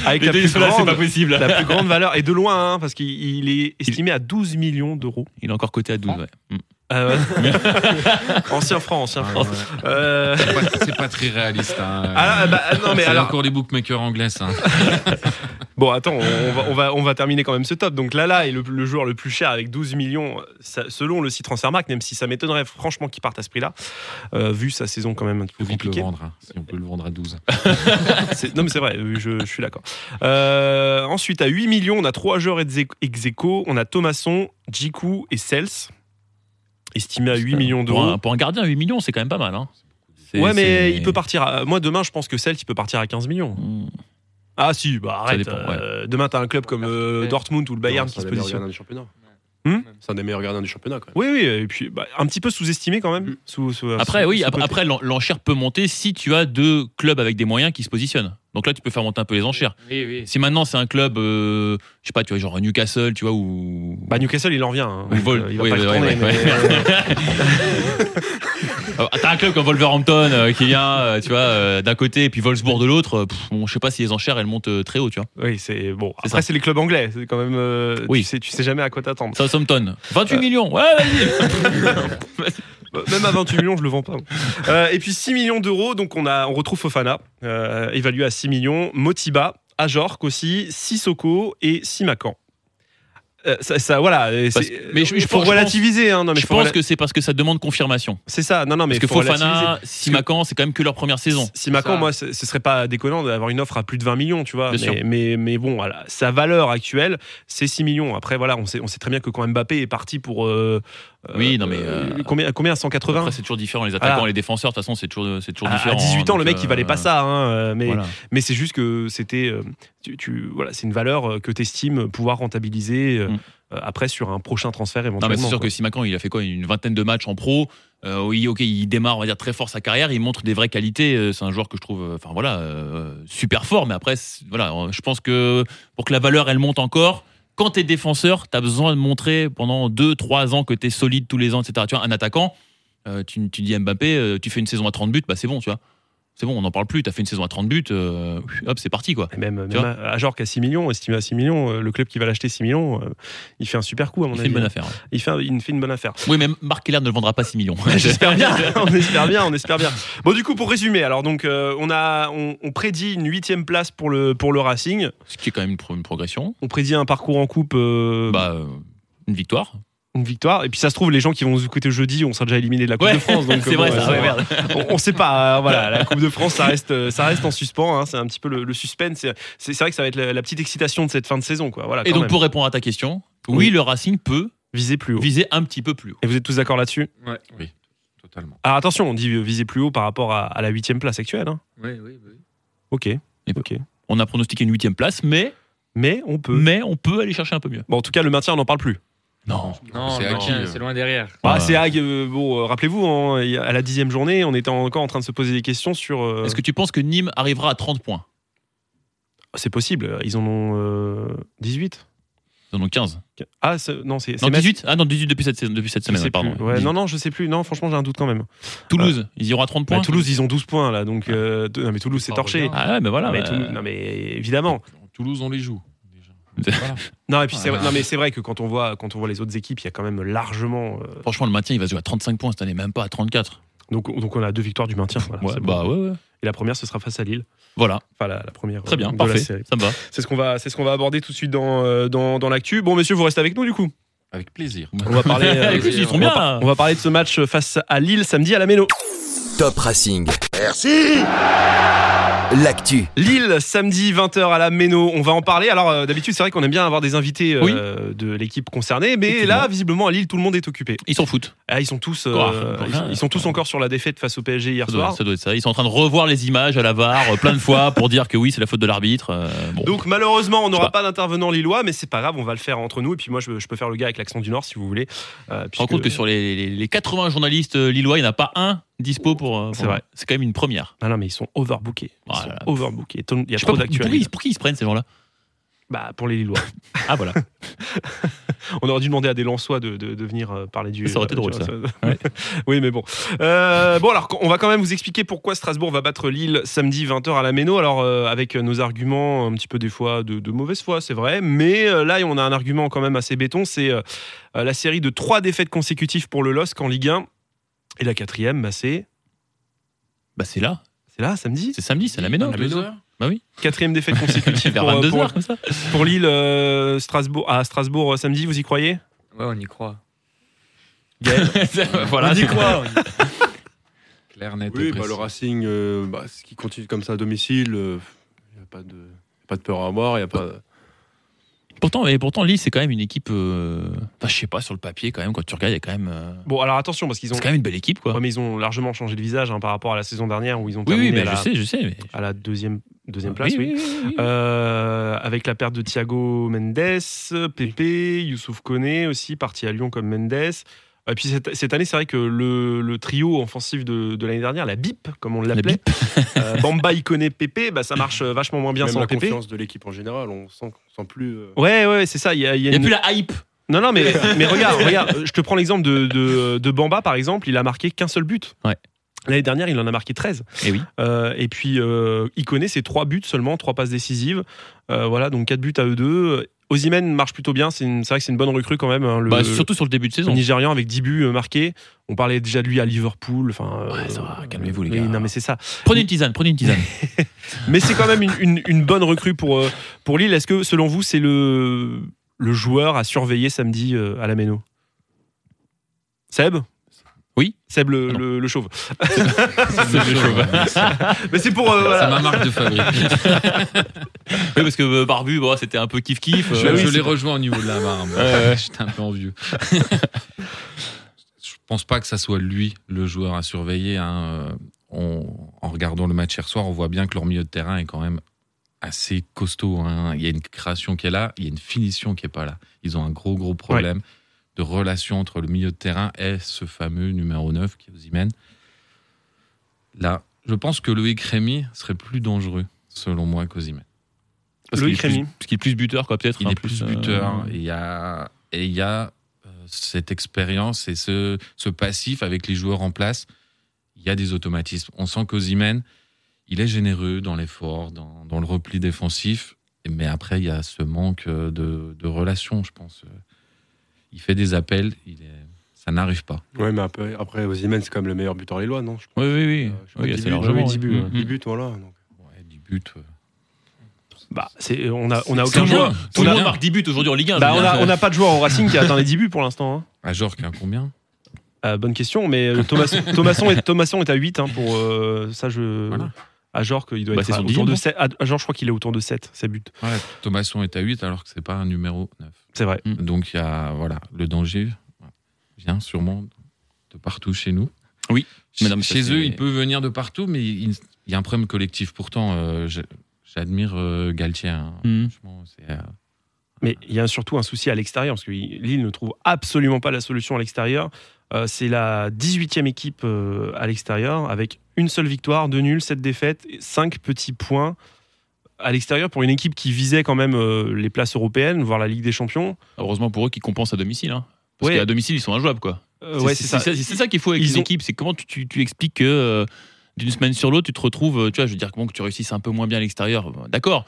avec la plus,
Eh, c'est pas
grande,
possible.
la plus grande valeur. Et de loin, hein, parce qu'il il est estimé à 12 millions d'euros.
Il est encore coté à
Ah,
12. Ouais. Ah Mm.
Euh, ancien franc, ancien franc. Euh,
C'est pas- C'est pas très réaliste. hein.
alors, bah, non, mais
C'est
alors.
encore les bookmakers anglais, ça.
Bon, attends, on on va, on, va, on va terminer quand même ce top. Donc Lala est le, le joueur le plus cher avec 12 millions, ça- selon le site Transfermarkt, même si ça m'étonnerait franchement qu'il parte à ce prix-là, euh, vu sa saison quand même un petit peu
Faut vite le
compliquée.
vendre, hein, si on peut le vendre à 12.
C'est- Non, mais c'est vrai, euh, je, je suis d'accord. Euh, ensuite, à 8 millions, on a trois joueurs ex ex aequo. On a Thomasson, Jiku et Sels, estimés à 8 millions
Pour
d'euros.
un, pour un gardien, 8 millions, c'est quand même pas mal. Hein. C'est-
Ouais, mais
c'est-
il peut partir. À... Moi, demain, je pense que Sels, il peut partir à 15 millions.
Mm.
Ah, si, bah arrête.
dépend, ouais.
euh, demain, t'as un club comme euh,
Ouais.
Dortmund ou le Bayern qui
C'est
se
un des meilleurs
positionne.
gardiens du championnat.
Hmm
C'est un des meilleurs gardiens du championnat, quand même.
Oui, oui, et puis bah, un petit peu sous-estimé quand même.
Mm.
Sous, sous-
Après,
sous-
oui,
sous-
après, après, l'en- l'enchère peut monter si tu as deux clubs avec des moyens qui se positionnent. Donc là, tu peux faire monter un peu les enchères.
Oui, oui.
Si maintenant c'est un club, euh, je sais pas, tu vois, genre Newcastle, tu vois, ou.
Bah, Newcastle, il en revient. hein.
Ou Vol-
Euh, Il va
oui,
pas le
ouais,
tourner,
ouais,
mais-
ouais. Ah, T'as un un club comme Wolverhampton euh, qui vient, euh, tu vois, euh, d'un côté et puis Wolfsburg de l'autre, euh, pff, bon, je sais pas si les enchères elles montent euh, très haut, tu vois.
Oui, c'est bon.
C'est
Après,
ça.
c'est les clubs anglais. C'est quand même. euh,
Oui.
Tu sais, tu sais jamais à quoi t'attendre.
Southampton,
Euh,
28 millions. Ouais, vas-y.
Bah, Même à 28 millions, je le vends pas. moi. Euh, et puis 6 millions d'euros, donc on, a, on retrouve Fofana, euh, évalué à 6 millions, Motiba, Ajorc aussi, Sissoko et Simacan. Euh, ça, ça, voilà. et
Parce-
c'est- euh,
mais je- je
faut
pense- je
relativiser. hein, non, mais
je
faut
pense
rela-
que c'est parce que ça demande confirmation.
c'est ça. Non, non, mais
Parce que
faut relativiser.
Fofana, Simacan, c'est quand même que leur première saison.
Simacan,
Ça-
moi, ce ce serait pas déconnant d'avoir une offre à plus de 20 millions, tu vois.
Bien
Mais,
sûr.
mais, mais bon, voilà, sa valeur actuelle, c'est 6 millions. Après, voilà, on sait, on sait très bien que quand Mbappé est parti pour. euh,
Oui, non, mais, euh,
combien, combien 180
Après, c'est toujours différent. Les attaquants
Ah.
et les défenseurs, de toute façon, c'est toujours, c'est toujours
À-
différent.
À 18 ans,
hein,
le
donc,
mec, il valait
euh,
pas ça. hein, euh, mais
voilà.
mais c'est juste que c'était. euh, Tu, tu- voilà, c'est une valeur euh, que tu estimes pouvoir rentabiliser euh,
Mm.
euh, après sur un prochain transfert
Non,
éventuellement.
mais c'est sûr
quoi.
que Simacan, il a fait quoi Une vingtaine de matchs en pro. Euh, oui, ok, il démarre, on va dire, très fort sa carrière. Il montre des vraies qualités. Euh, C'est un joueur que je trouve, euh, enfin voilà, euh, super fort. Mais après, c'est- voilà, euh, je pense que pour que la valeur, elle monte encore, quand t'es défenseur, t'as besoin de montrer pendant 2-3 ans que t'es solide tous les ans, etc. Tu vois, un attaquant, euh, tu, tu dis Mbappé, euh, tu fais une saison à 30 buts, bah c'est bon, tu vois. C'est bon, on n'en parle plus. T'as fait une saison à 30 buts, euh, hop, c'est parti, quoi.
Et même, même
Tu vois
à Ajorc à 6 millions, estimé à 6 millions, euh, le club qui va l'acheter 6 millions, euh, il fait un super coup à mon
Il fait
avis. hein.
une bonne affaire.
Il, fait, un- il fait une bonne affaire.
Oui, mais Marc Keller ne le vendra pas 6 millions.
J'espère bien, on espère bien, on espère bien. Bon, du coup, pour résumer, alors donc euh, on a, on, on prédit une huitième place pour le pour le Racing.
Ce qui est quand même une pro- une progression.
On prédit un parcours en coupe, euh,
bah, euh, une victoire.
une victoire. Et puis ça se trouve, les gens qui vont nous écouter jeudi, on sera déjà éliminé de la Coupe de France. donc,
c'est
euh,
vrai,
bon,
ça,
euh,
ouais, merde.
on, on sait pas. euh, voilà, la Coupe de France, ça reste, euh, ça reste en suspens. hein, c'est un petit peu le, le suspense. C'est- C'est c'est vrai que ça va être la, la petite excitation de cette fin de saison, quoi. Voilà.
Et
Ah, quand
donc,
même.
pour répondre à ta question, oui,
Oui.
le Racing peut
viser plus haut.
viser un petit peu plus haut.
Et vous êtes tous d'accord là-dessus
Ouais.
Totalement.
Alors attention, on dit euh, viser plus haut par rapport à, à la huitième place actuelle. hein.
Ouais, ouais, ouais.
Ok.
ben.
Ok.
On a pronostiqué une huitième place, mais,
Mais on peut.
mais on peut aller chercher un peu mieux.
Bon, en tout cas, le maintien, on n'en parle plus.
Non.
Non,
C'est
non,
acquis, euh.
c'est loin derrière.
Ah,
Ouais.
c'est Hague. euh, bon, euh, rappelez-vous, hein, il y a- à la dixième journée, on était encore en train de se poser des questions sur. euh,
Est-ce que tu penses que Nîmes arrivera à 30 points
c'est possible Ils en ont euh, 18.
Ils en ont 15.
Ah c'est- non, c'est.
Non,
c'est Metz.
18 Ah non, 18 depuis cette, saison- depuis cette
Je
semaine,
sais
pardon.
plus. Ouais, non, non, je sais plus. Non, franchement, j'ai un doute quand même.
Toulouse, ils iront à 30 points
Bah, Toulouse, ils ont 12 points là, donc euh, de- non, mais Toulouse c'est
Pas
torché.
regard.
Ah ouais, mais voilà.
Non, mais
bah,
Toulouse- non mais évidemment.
En Toulouse, on les joue. déjà. Voilà.
Non et puis c'est vrai-
Ah.
bah.
non, mais c'est vrai que quand on voit quand on voit les autres équipes, il y a quand même largement. euh,
Franchement, le maintien, il va se jouer à 35 points cette année, même pas à 34.
donc donc on a deux victoires du maintien. voilà,
Ouais,
c'est bon.
bah ouais, ouais.
Et la première ce sera face à Lille.
Voilà,
Enfin la, la première.
très
euh,
bien,
de la
parfait. Ça
série.
me va.
C'est ce qu'on va c'est ce qu'on va aborder tout de suite dans euh, dans, dans l'actu. Bon messieurs, vous restez avec nous du coup.
Avec plaisir.
On va parler. euh,
Écoute, ils sont bien. hein. là.
on va parler de ce match face à Lille samedi à la Méno.
Top Racing. Merci. L'actu.
Lille, samedi 20h à la Méno. On va en parler. Alors, euh, d'habitude, c'est vrai qu'on aime bien avoir des invités euh,
Oui.
de l'équipe concernée, mais
Effectivement. Oh,
là, visiblement, à Lille, tout le monde est occupé.
Ils s'en foutent.
Ah, ils sont tous, euh,
Encore,
ils, sont- ils sont tous encore sur la défaite face au PSG hier
Ça doit,
soir.
ça doit être ça. Ils sont en train de revoir les images à la VAR euh, plein de fois pour dire que oui, c'est la faute de l'arbitre. euh, bon.
Donc malheureusement on n'aura
sais
pas d'intervenant lillois mais c'est pas grave on va le faire entre nous et puis moi je, je peux faire le gars avec l'accent du Nord si vous voulez. Euh,
Je me rends
puisque-
compte que sur les, les- les 80 journalistes euh, lillois, il n'y en a pas un dispo pour. euh, pour-
C'est vrai.
C'est quand même une première.
Ah non mais ils sont overbookés. Ils
Ah
sont
là là.
overbookés. Il y a
Je sais
trop
pas pour, pour qui,
d'actualités.
pour qui ils se prennent ces gens-là
Bah pour les Lillois.
Ah voilà.
On aurait dû demander à des Lensois de, de, de venir euh, parler du.
Ça aurait été
euh,
drôle,
du-
ça.
oui, mais bon. Euh, bon, alors, on va quand même vous expliquer pourquoi Strasbourg va battre Lille samedi 20h à la Méno. Alors, euh, avec nos arguments, un petit peu des fois de, de mauvaise foi, c'est vrai. Mais euh, là, on a un argument quand même assez béton c'est euh, euh, la série de trois défaites consécutives pour le LOSC en Ligue 1. Et la quatrième, bah, c'est.
Bah c'est là.
C'est là, samedi
C'est samedi, c'est à la Méno.
À la maison.
Quatrième défaite consécutive
Vers
pour, euh,
22
pour,
h comme ça.
pour Lille euh, Strasbourg, à Strasbourg euh, samedi, vous y croyez
Ouais, on y croit.
voilà. c'est-
Clair, net et
Oui, bah,
précis.
le Racing, euh, bah, ce qui continue comme ça à domicile, il n'y a pas de. y a Pas de peur à avoir, il a pas.
Pourtant, et pourtant, Lille, c'est quand même une équipe. euh, Enfin, je sais pas, sur le papier, quand même, quand tu regardes, il y a quand même. euh,
Bon, alors attention, parce qu'ils ont.
C'est quand même une belle équipe, quoi.
Ouais, mais ils ont largement changé de visage hein, par rapport à la saison dernière où ils ont
oui,
terminé
oui, mais
à, la,
je sais, je sais. Mais...
à la deuxième, deuxième place.
Oui,
Oui,
oui, oui, oui.
Euh, avec la perte de Thiago Mendes, Pepe, Youssouf Koné aussi, parti à Lyon comme Mendes. Et puis cette, cette année, c'est vrai que le, le trio offensif de, de l'année dernière, la BIP, comme on l'appelait, euh, Bamba, Ikoné, Pepe, bah, ça marche euh, vachement moins bien
Même
sans
la
Pepe.
confiance de l'équipe en général, on sent, on sent plus. euh,
Ouais, ouais, c'est ça. Il y a, il y a
Il n'y a
une-
plus la hype.
Non, non, mais, mais regarde, regarde, je te prends l'exemple de, de, de Bamba, par exemple, il a marqué qu'un seul but.
Ouais.
L'année dernière, il en a marqué 13.
Eh
Et oui.
Euh, et puis, euh, il connaît ses trois buts seulement, trois passes décisives. Euh, voilà, donc quatre buts à eux deux. Osimhen marche plutôt bien. C'est une- c'est vrai que c'est une bonne recrue quand même. hein, le,
Bah, surtout sur le début de
le
saison.
Nigérian avec 10 buts euh, marqués. On parlait déjà de lui à Liverpool. Enfin,
Ouais, ça va, calmez-vous, les
oui,
gars.
Non, mais c'est ça.
Prenez une tisane, prenez une tisane.
Mais c'est quand même une, une- une bonne recrue pour, euh, pour Lille. Est-ce que, selon vous, c'est le, le joueur à surveiller samedi euh, à la Méno Seb
Oui.
Seb le,
Ah non.
le- le chauve.
C'est chaud, ouais.
Mais c'est pour. euh, voilà.
C'est ma marque de fabrique.
Oui, parce que euh, Barbu, bon, c'était un peu kiff-kiff.
Je,
Ah
euh,
je les rejoins au niveau de la barbe. J'étais un peu envieux. je pense pas que ça soit lui le joueur à surveiller. hein. Euh, on- en regardant le match hier soir, on voit bien que leur milieu de terrain est quand même assez costaud. hein. Il y a une création qui est là, il y a une finition qui est pas là. Ils ont un gros gros problème de relation entre le milieu de terrain et ce fameux numéro 9 qui vous y mène. Là, je pense que Loïc Rémy serait plus dangereux, selon moi, qu'Ozimène.
parce
Loïc
qu'il est plus-
Rémy.
Parce qu'il est plus buteur, quoi, peut-être.
Il
hein,
est plus
euh,
buteur. Il y a, et il y a euh, cette expérience et ce, ce passif avec les joueurs en place. Il y a des automatismes. On sent qu'Ozimène, il est généreux dans l'effort, dans, dans le repli défensif. Mais après, il y a ce manque euh, de, de relation, je pense. Euh, Il fait des appels, il est- ça n'arrive pas.
Ouais, mais après, après Osimhen, c'est quand même le meilleur buteur lillois, non je pense.
Oui, oui,
Euh,
oui.
je sais
Oui,
pas,
assez
10 buts,
largement.
ouais, 10
ouais.
buts,
Mm.
10 buts, voilà. donc.
Ouais, du but. euh,
Bah, c'est- on a, on a
Tout
aucun
le
joueur.
monde- Tout le
On a-
monde marque 10 buts aujourd'hui en Ligue 1.
Bah, on a- on n'a pas de joueur au Racing qui a atteint les 10 buts pour l'instant. hein.
À Jorque, hein, combien
Ah,
Euh, bonne question, mais euh, Thomas, Thomasson, est, Thomasson est à 8 hein, pour euh, ça. Je,
Voilà.
À genre qu'il doit
Bah,
être
c'est
à-
son
autour
dixième,
de
non
7. À à Jorge, je crois qu'il est autour de 7, ses buts.
Voilà, Thomasson est à 8 alors que c'est pas un numéro 9.
C'est vrai.
Donc il y a voilà, le danger vient sûrement de partout chez nous.
Oui,
Chez,
madame, ça,
chez
c'est-
eux, il peut venir de partout, mais il, il y a un problème collectif. Pourtant, euh, je- j'admire euh, Galtier. hein.
Hmm.
Mhm.
Franchement, c'est, euh,
Mais il y a surtout un souci à l'extérieur, parce que Lille ne trouve absolument pas la solution à l'extérieur. Euh, c'est la 18e équipe euh, à l'extérieur, avec une seule victoire, deux nuls, sept défaites, et cinq petits points à l'extérieur pour une équipe qui visait quand même euh, les places européennes, voire la Ligue des Champions.
Heureusement pour eux qu'ils compensent à domicile. hein.
Ouais.
Parce qu'à domicile, ils sont injouables, quoi.
Euh, ouais, c'est ça.
C'est c'est ça qu'il faut avec
Ils
une
ont-
équipe. C'est comment tu, tu- tu expliques que euh, d'une semaine sur l'autre, tu te retrouves, euh, tu vois, je veux dire, comment que tu réussisses un peu moins bien à l'extérieur, bon, d'accord.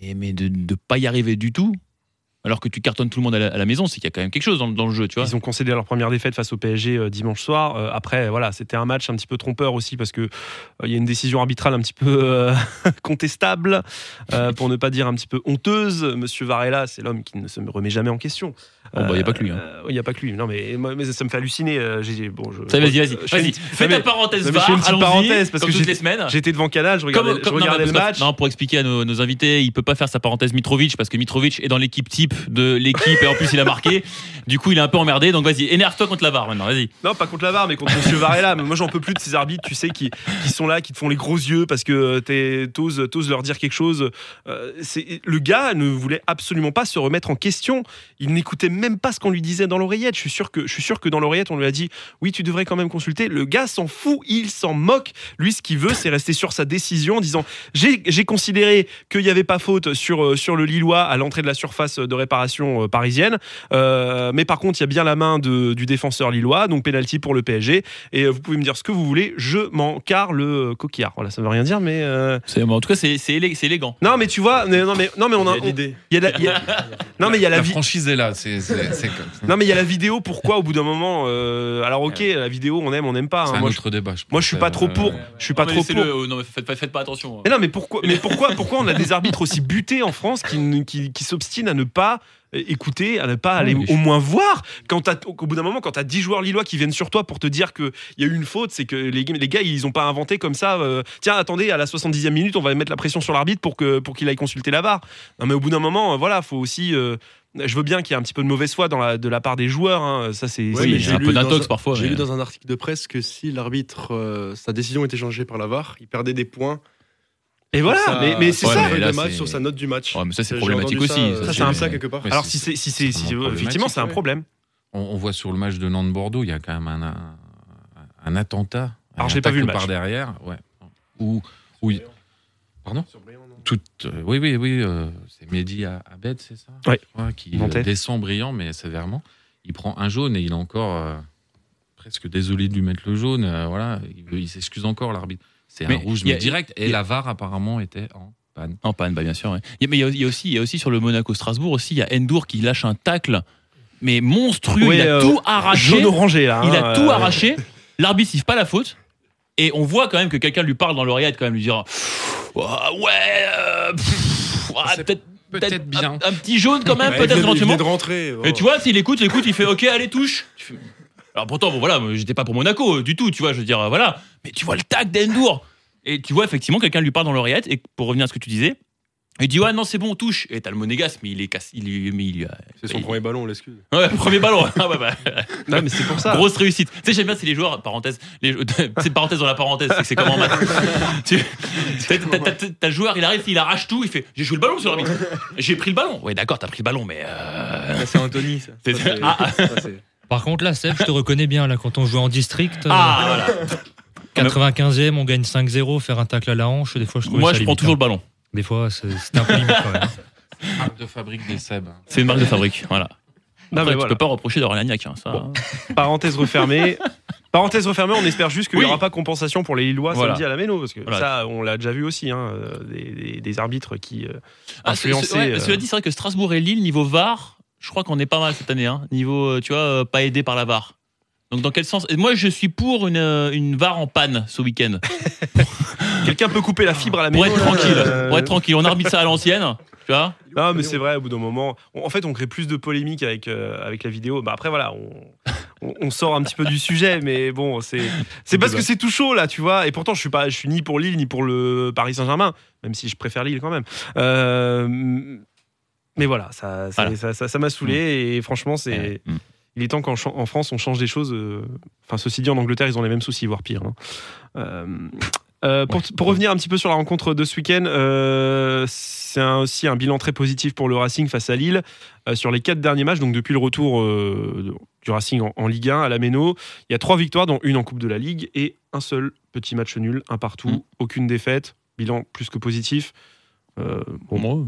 Mais, mais de ne pas y arriver du tout, alors que tu cartonnes tout le monde à la, à la maison, c'est qu'il y a quand même quelque chose dans, le- dans le jeu, tu vois.
Ils ont concédé leur première défaite face au PSG euh, dimanche soir. Euh, après, voilà, c'était un match un petit peu trompeur aussi parce que euh, il y a une décision arbitrale un petit peu euh, contestable, euh, pour ne pas dire un petit peu honteuse. Monsieur Varela, c'est l'homme qui ne se remet jamais en question.
Bon, bah, il y a pas que lui, hein.
Euh, Il n'y a pas que lui. Non, mais, moi, mais ça me fait halluciner. euh, j'ai- bon, je-
Ça, vas-y, vas-y,
je fais
vas-y.
une-
Fais
Non, mais
ta
non,
parenthèse
mais je
VAR,
fais une petite
allons-y,
parenthèse, parce
comme
que
toutes
j'ai-
les semaines.
J'étais devant Canal, je regardais, je
non,
regardais
mais
le
parce-
match.
non, pour expliquer à nos, nos invités, il peut pas faire sa parenthèse Mitrovic parce que Mitrovic est dans l'équipe type de l'équipe et en plus il a marqué. Du coup, il est un peu emmerdé. Donc vas-y, énerve-toi contre la VAR maintenant. Vas-y.
Non, pas contre la VAR, mais contre Monsieur Varela. Mais moi, j'en peux plus de ces arbitres, tu sais, qui, qui sont là, qui te font les gros yeux parce que euh, t'es- t'oses, t'oses leur dire quelque chose. Euh, c'est- le gars ne voulait absolument pas se remettre en question. Il n'écoutait même pas ce qu'on lui disait dans l'oreillette. Je suis sûr que, je suis sûr que dans l'oreillette, on lui a dit oui, tu devrais quand même consulter. Le gars s'en fout, il s'en moque. Lui, ce qu'il veut, c'est rester sur sa décision en disant j'ai, j'ai considéré qu'il n'y avait pas faute sur, euh, sur le Lillois à l'entrée de la surface de réparation euh, parisienne. Euh, mais par contre, il y a bien la main de- du défenseur lillois, donc penalty pour le PSG. Et euh, vous pouvez me dire ce que vous voulez, je m'en carre le euh, coquillard. Voilà, ça veut rien dire, mais. euh,
C'est- En tout cas, c'est c'est élé- c'est élégant.
Non, mais tu vois, mais- non, mais, non, mais on a. on-
l'idée.
il y a la- il y a- Non, mais il y a la
la
vie.
franchise est là. C'est, c'est- c'est comme-
Non mais il y a la vidéo. Pourquoi au bout d'un moment euh, Alors ok, la vidéo, on aime, on n'aime pas. hein.
c'est un
Moi, je,
autre débat. Je
moi, je suis
pense,
pas
euh,
trop pour. Je suis pas
Non, mais
trop pour.
laissez-le, euh, non, mais faites, faites- faites pas attention. hein.
Mais non, mais pourquoi, mais pourquoi, pourquoi on a des arbitres aussi butés en France qui, ne- qui, qui s'obstinent à ne pas euh, écouter, à ne pas aller
Ah, mais je-
au moins voir quand t'as- Au bout d'un moment, quand tu as 10 joueurs lillois qui viennent sur toi pour te dire qu'il y a eu une faute, c'est que les, les gars, ils ont pas inventé comme ça. euh, Tiens, attendez, à la 70e minute, on va mettre la pression sur l'arbitre pour que pour qu'il aille consulter la VAR. Non, mais au bout d'un moment, euh, voilà, faut aussi. euh, je veux bien qu'il y ait un petit peu de mauvaise foi dans la, de la part des joueurs. hein, Ça, c'est.
Ouais,
c'est-
Oui,
mais
il y
j'ai
a un
lu
peu
dans
d'intox
un-
parfois.
J'ai
mais-
lu dans un article de presse que si l'arbitre, euh, sa décision était changée par la VAR, il perdait des points.
Et voilà,
sur sa-
mais, mais c'est
Ouais,
ça.
Sur,
mais
le
là,
match,
c'est-
sur sa note du match.
Ouais, mais ça, c'est
J'ai
problématique
entendu
aussi.
ça, euh,
ça,
Ça, c'est un
c'est-
ça quelque part.
mais
Alors,
c'est-
si c'est, si c'est,
c'est
si-
vraiment
euh, effectivement, c'est un
problématique, ouais.
problème.
On, on voit sur le match de Nantes-Bordeaux, il y a quand même un, un, un attentat.
Alors,
Un
j'ai pas
attaque
vu le match.
Par derrière, ouais. Où, où il- Pardon Tout, euh, oui, oui, oui. euh, c'est Mehdi A- Abed, c'est ça
Ouais.
Je crois, Qui
Nantais.
euh, descend brillant, mais sévèrement. Il prend un jaune et il est encore euh, presque désolé de lui mettre le jaune. euh, voilà, il, veut- il s'excuse encore l'arbitre. C'est un
Mais
rouge
il y a-
mais direct. Et
il y a-
la VAR apparemment était en panne.
En panne, bah bien sûr. ouais. Il y a- mais il y, a- il y a aussi, il y a aussi sur le Monaco-Strasbourg aussi, il y a Endur qui lâche un tacle, mais monstrueux.
Ouais,
il a
euh,
tout arraché.
Jaune orangé là.
Ah,
Il
hein,
a tout
euh,
arraché. L'arbitre siffle pas la faute. Et on voit quand même que quelqu'un lui parle dans l'oreillette, quand même lui dira Ah, Ouais, euh, pff, ah,
C'est
peut-être
Peut-être
peut-être
bien.
Un, un petit jaune quand même,
Ouais, il
peut-être
venait- il venait
éventuellement.
de rentrer.
Et
voilà.
tu vois, s'il écoute, il écoute, il fait OK, allez, touche. Tu fais, Alors pourtant, bon voilà, moi, j'étais pas pour Monaco euh, du tout, tu vois, je veux dire, euh, voilà. Mais tu vois le tac d'Endour. Et tu vois, effectivement, quelqu'un lui parle dans l'oreillette, et pour revenir à ce que tu disais, il dit Ouais, non, c'est bon, on touche. Et t'as le Monégas, mais il est casse. Il, est- mais il,
C'est son
il-
premier ballon, l'excuse.
Ouais, premier ballon. Ah ouais, bah,
Non, mais c'est pour ça.
Grosse réussite. Tu sais, j'aime bien, c'est les joueurs, parenthèse, les, c'est parenthèse dans la parenthèse, c'est que c'est comme en maths. tu, t'as, t'as- t'as- t'as- t'as le joueur, il arrive, il arrache tout, il fait J'ai joué le ballon sur l'arbitre. J'ai pris le ballon. Ouais, d'accord, t'as pris le ballon, mais. euh,
Ça, C'est Anthony, ça.
t'es- ah, ah,
Ça, c'est-
Par contre, là, Seb, je te reconnais bien. Là, quand on joue en district, euh,
ah, voilà.
95e, on gagne 5-0, faire un tacle à la hanche, des fois, je trouve
Moi, je prends toujours le ballon.
Des fois, c'est c'est un peu limite quand même.
Marque de fabrique des Seb.
C'est une marque de fabrique. Voilà.
Non,
Après,
mais
tu
voilà.
peux pas reprocher d'avoir l'agnac. Hein, ça.
Bon. Parenthèse refermée. Parenthèse refermée, on espère juste qu'il n'y
Oui.
aura pas compensation pour les Lillois
Voilà.
samedi à la Méno, parce que
Voilà.
ça, on l'a déjà vu aussi, hein, euh, des, des- des arbitres qui. euh,
Ah, c'est-
influencer,
c'est- ouais,
euh.
Cela dit, c'est vrai que Strasbourg et Lille, niveau VAR, je crois qu'on est pas mal cette année. hein. Niveau, euh, tu vois, euh, pas aidé par la VAR. Donc, dans quel sens Et Moi, je suis pour une, euh, une VAR en panne ce week-end.
Quelqu'un peut couper la fibre à la Méno.
Pour être
là,
tranquille.
euh,
Pour être tranquille. On arbitre ça à l'ancienne. Tu vois
Non, mais c'est vrai, au bout d'un moment. on- en fait, on crée plus de polémiques avec, euh, avec la vidéo. Bah, après, voilà, on, on- on sort un petit peu du sujet, mais bon, c'est c'est parce que c'est tout chaud, là, tu vois. Et pourtant, je suis, pas, je suis ni pour Lille, ni pour le Paris Saint-Germain, même si je préfère Lille quand même. Euh, mais voilà, ça ça-
Voilà.
ça- ça- ça m'a saoulé, et franchement, c'est.
Mm.
Il est temps qu'en chan- en France, on change des choses. euh, Enfin, ceci dit, en Angleterre, ils ont les mêmes soucis, voire pire. hein. Euh, euh, pour, pour revenir un petit peu sur la rencontre de ce week-end, euh, c'est un- aussi un bilan très positif pour le Racing face à Lille. Euh, sur les quatre derniers matchs, donc depuis le retour euh, de- du Racing en, en Ligue 1 à la Méno, il y a trois victoires, dont une en Coupe de la Ligue et un seul petit match nul, un partout,
Mm.
aucune défaite, bilan plus que positif. Euh, bon,
moi,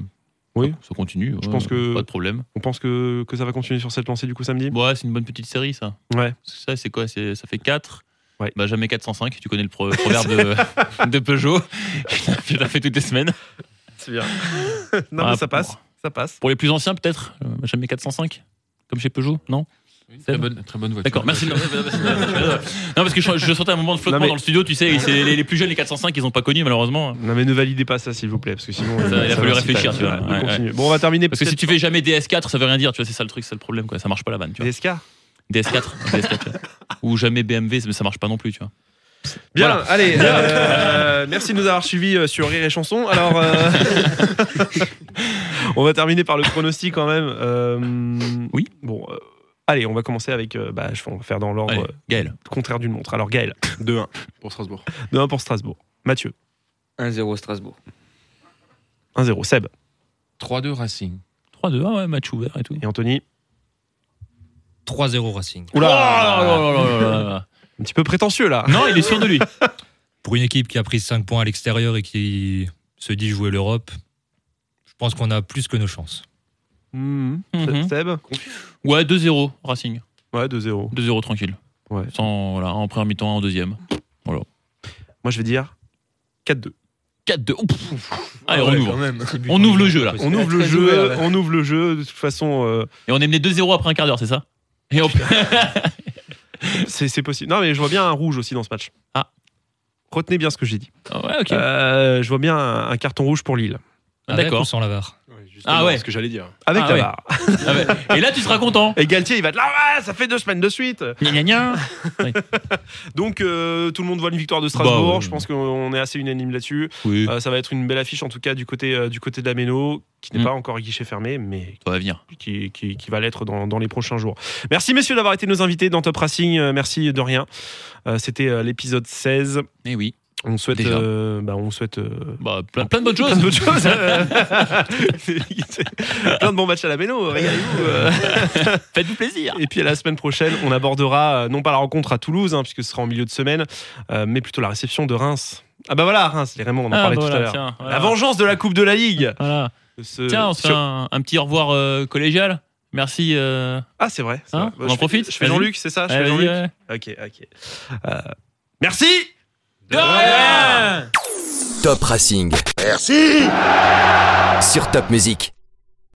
Oui.
Ça continue.
Je
ouais,
pense que-
Pas de problème.
on pense que, que ça va continuer sur cette lancée du coup samedi
Ouais, c'est une bonne petite série, ça.
Ouais.
Parce que Ça, c'est quoi C'est- Ça fait 4.
Ouais.
Bah, jamais 405. Tu connais le pro- proverbe de, de Peugeot. Je l'ai- je la fais toutes les semaines.
C'est bien. non,
Ah,
mais ça passe. Ça passe.
Pour les plus anciens, peut-être euh, Jamais 405 Comme chez Peugeot Non
Une très bonne, très bonne
Ah,
voiture.
D'accord, merci. Non, parce que je, je sentais un moment de flottement
Non, mais-
dans le studio, tu sais, et c'est les, les plus jeunes, les 405, ils n'ont pas connu malheureusement.
Non, mais ne validez pas ça, s'il vous plaît, parce que sinon. euh,
Ça, il a fallu
va
réfléchir,
s'y
tu vois.
perdre.
Ouais,
On continue. Bon, on va terminer
Parce que si
peut-être
tu fais jamais DS4, ça veut rien dire, tu vois, c'est ça le truc, c'est le problème, quoi. Ça marche pas la vanne, tu vois.
DSK.
DS4, DS4 tu vois. Ou jamais BMW, ça- ça marche pas non plus, tu vois.
Bien,
Voilà.
allez, euh, merci de nous avoir suivis euh, sur Rire et Chanson. Alors, euh, on va terminer par le pronostic quand même. Euh,
Oui.
Bon, euh, allez, on va commencer avec. euh, bah, je vais faire dans l'ordre
Allez,
euh,
Gaël.
contraire d'une montre. Alors, Gaël,
2-1 pour Strasbourg.
de 1 pour Strasbourg. Mathieu,
1-0 Strasbourg.
1-0. Seb
3-2 Racing.
3-2, ah ouais, match ouvert et tout.
et Anthony.
3-0 Racing.
Oula
Ah.
oh
Un petit peu prétentieux là.
Non, il est sûr de lui.
Pour une équipe qui a pris 5 points à l'extérieur et qui se dit jouer l'Europe, je pense qu'on a plus que nos chances.
Mhm.
Mhm.
Seb
Ouais, 2-0, Racing.
Ouais, 2-0.
2-0 tranquille.
Ouais.
Sans, voilà, en première mi-temps, en deuxième.
Moi, je vais dire 4-2.
4-2. Ouh, pff, pff. Allez, Ah, on ouvre.
même.
On ouvre le jeu, là.
On ouvre le
Très
jeu,
ouvert, là.
on ouvre le jeu. De toute façon, euh,
Et on est mené 2-0 après un quart d'heure, c'est ça Et on-
c'est c'est possible. Non, mais je vois bien un rouge aussi dans ce match.
Ah.
Retenez bien ce que j'ai dit.
Ouais, ok.
Euh, je vois bien un, un carton rouge pour Lille.
Ah,
Avec
D'accord.
ou sans la VAR
Ah ouais.
C'est ce que j'allais dire.
Avec
Ah
la
ouais.
barre.
Ah ouais. Et là, tu seras content.
Et Galtier, il va être là, ah, ça fait deux semaines de suite.
Gna, gna, gna.
Donc, euh, tout le monde voit une victoire de Strasbourg.
Bah, ouais.
Je pense qu'on est assez unanime là-dessus.
Oui,
Euh, ça va être une belle affiche, en tout cas, du côté, euh, du côté de la Méno, qui n'est
Mm.
pas encore guichet fermé, mais
ça va venir.
qui, qui- qui va l'être dans, dans les prochains jours. Merci, messieurs, d'avoir été nos invités dans Top Racing. Euh, Merci de rien. Euh, C'était euh, l'épisode 16.
Eh oui.
On souhaite.
Déjà.
euh, bah, on souhaite euh,
Bah, plein, plein de bonnes choses.
plein de bonnes choses. Euh, plein de bons matchs à la Méno. Régalez-vous. euh.
Faites-vous plaisir.
Et puis à la semaine prochaine, on abordera euh, non pas la rencontre à Toulouse, hein, puisque ce sera en milieu de semaine, euh, mais plutôt la réception de Reims. Ah bah voilà, Reims, les Raymond, on en parlait tout à l'heure.
Ah, tiens, voilà.
La vengeance de la Coupe de la Ligue.
Voilà.
Ce-
Tiens, on se fait
sur-
un, un petit au revoir euh, collégial. Merci. euh,
Ah, c'est vrai. c'est
Hein
vrai.
On en
je fais-
profite
Je fais
Vas-y.
Jean-Luc, c'est ça Je fais
allez, euh, vas-y,
Jean-Luc
ouais.
Ok, ok. Euh, Merci
Top Racing. Merci. Sur Top Music.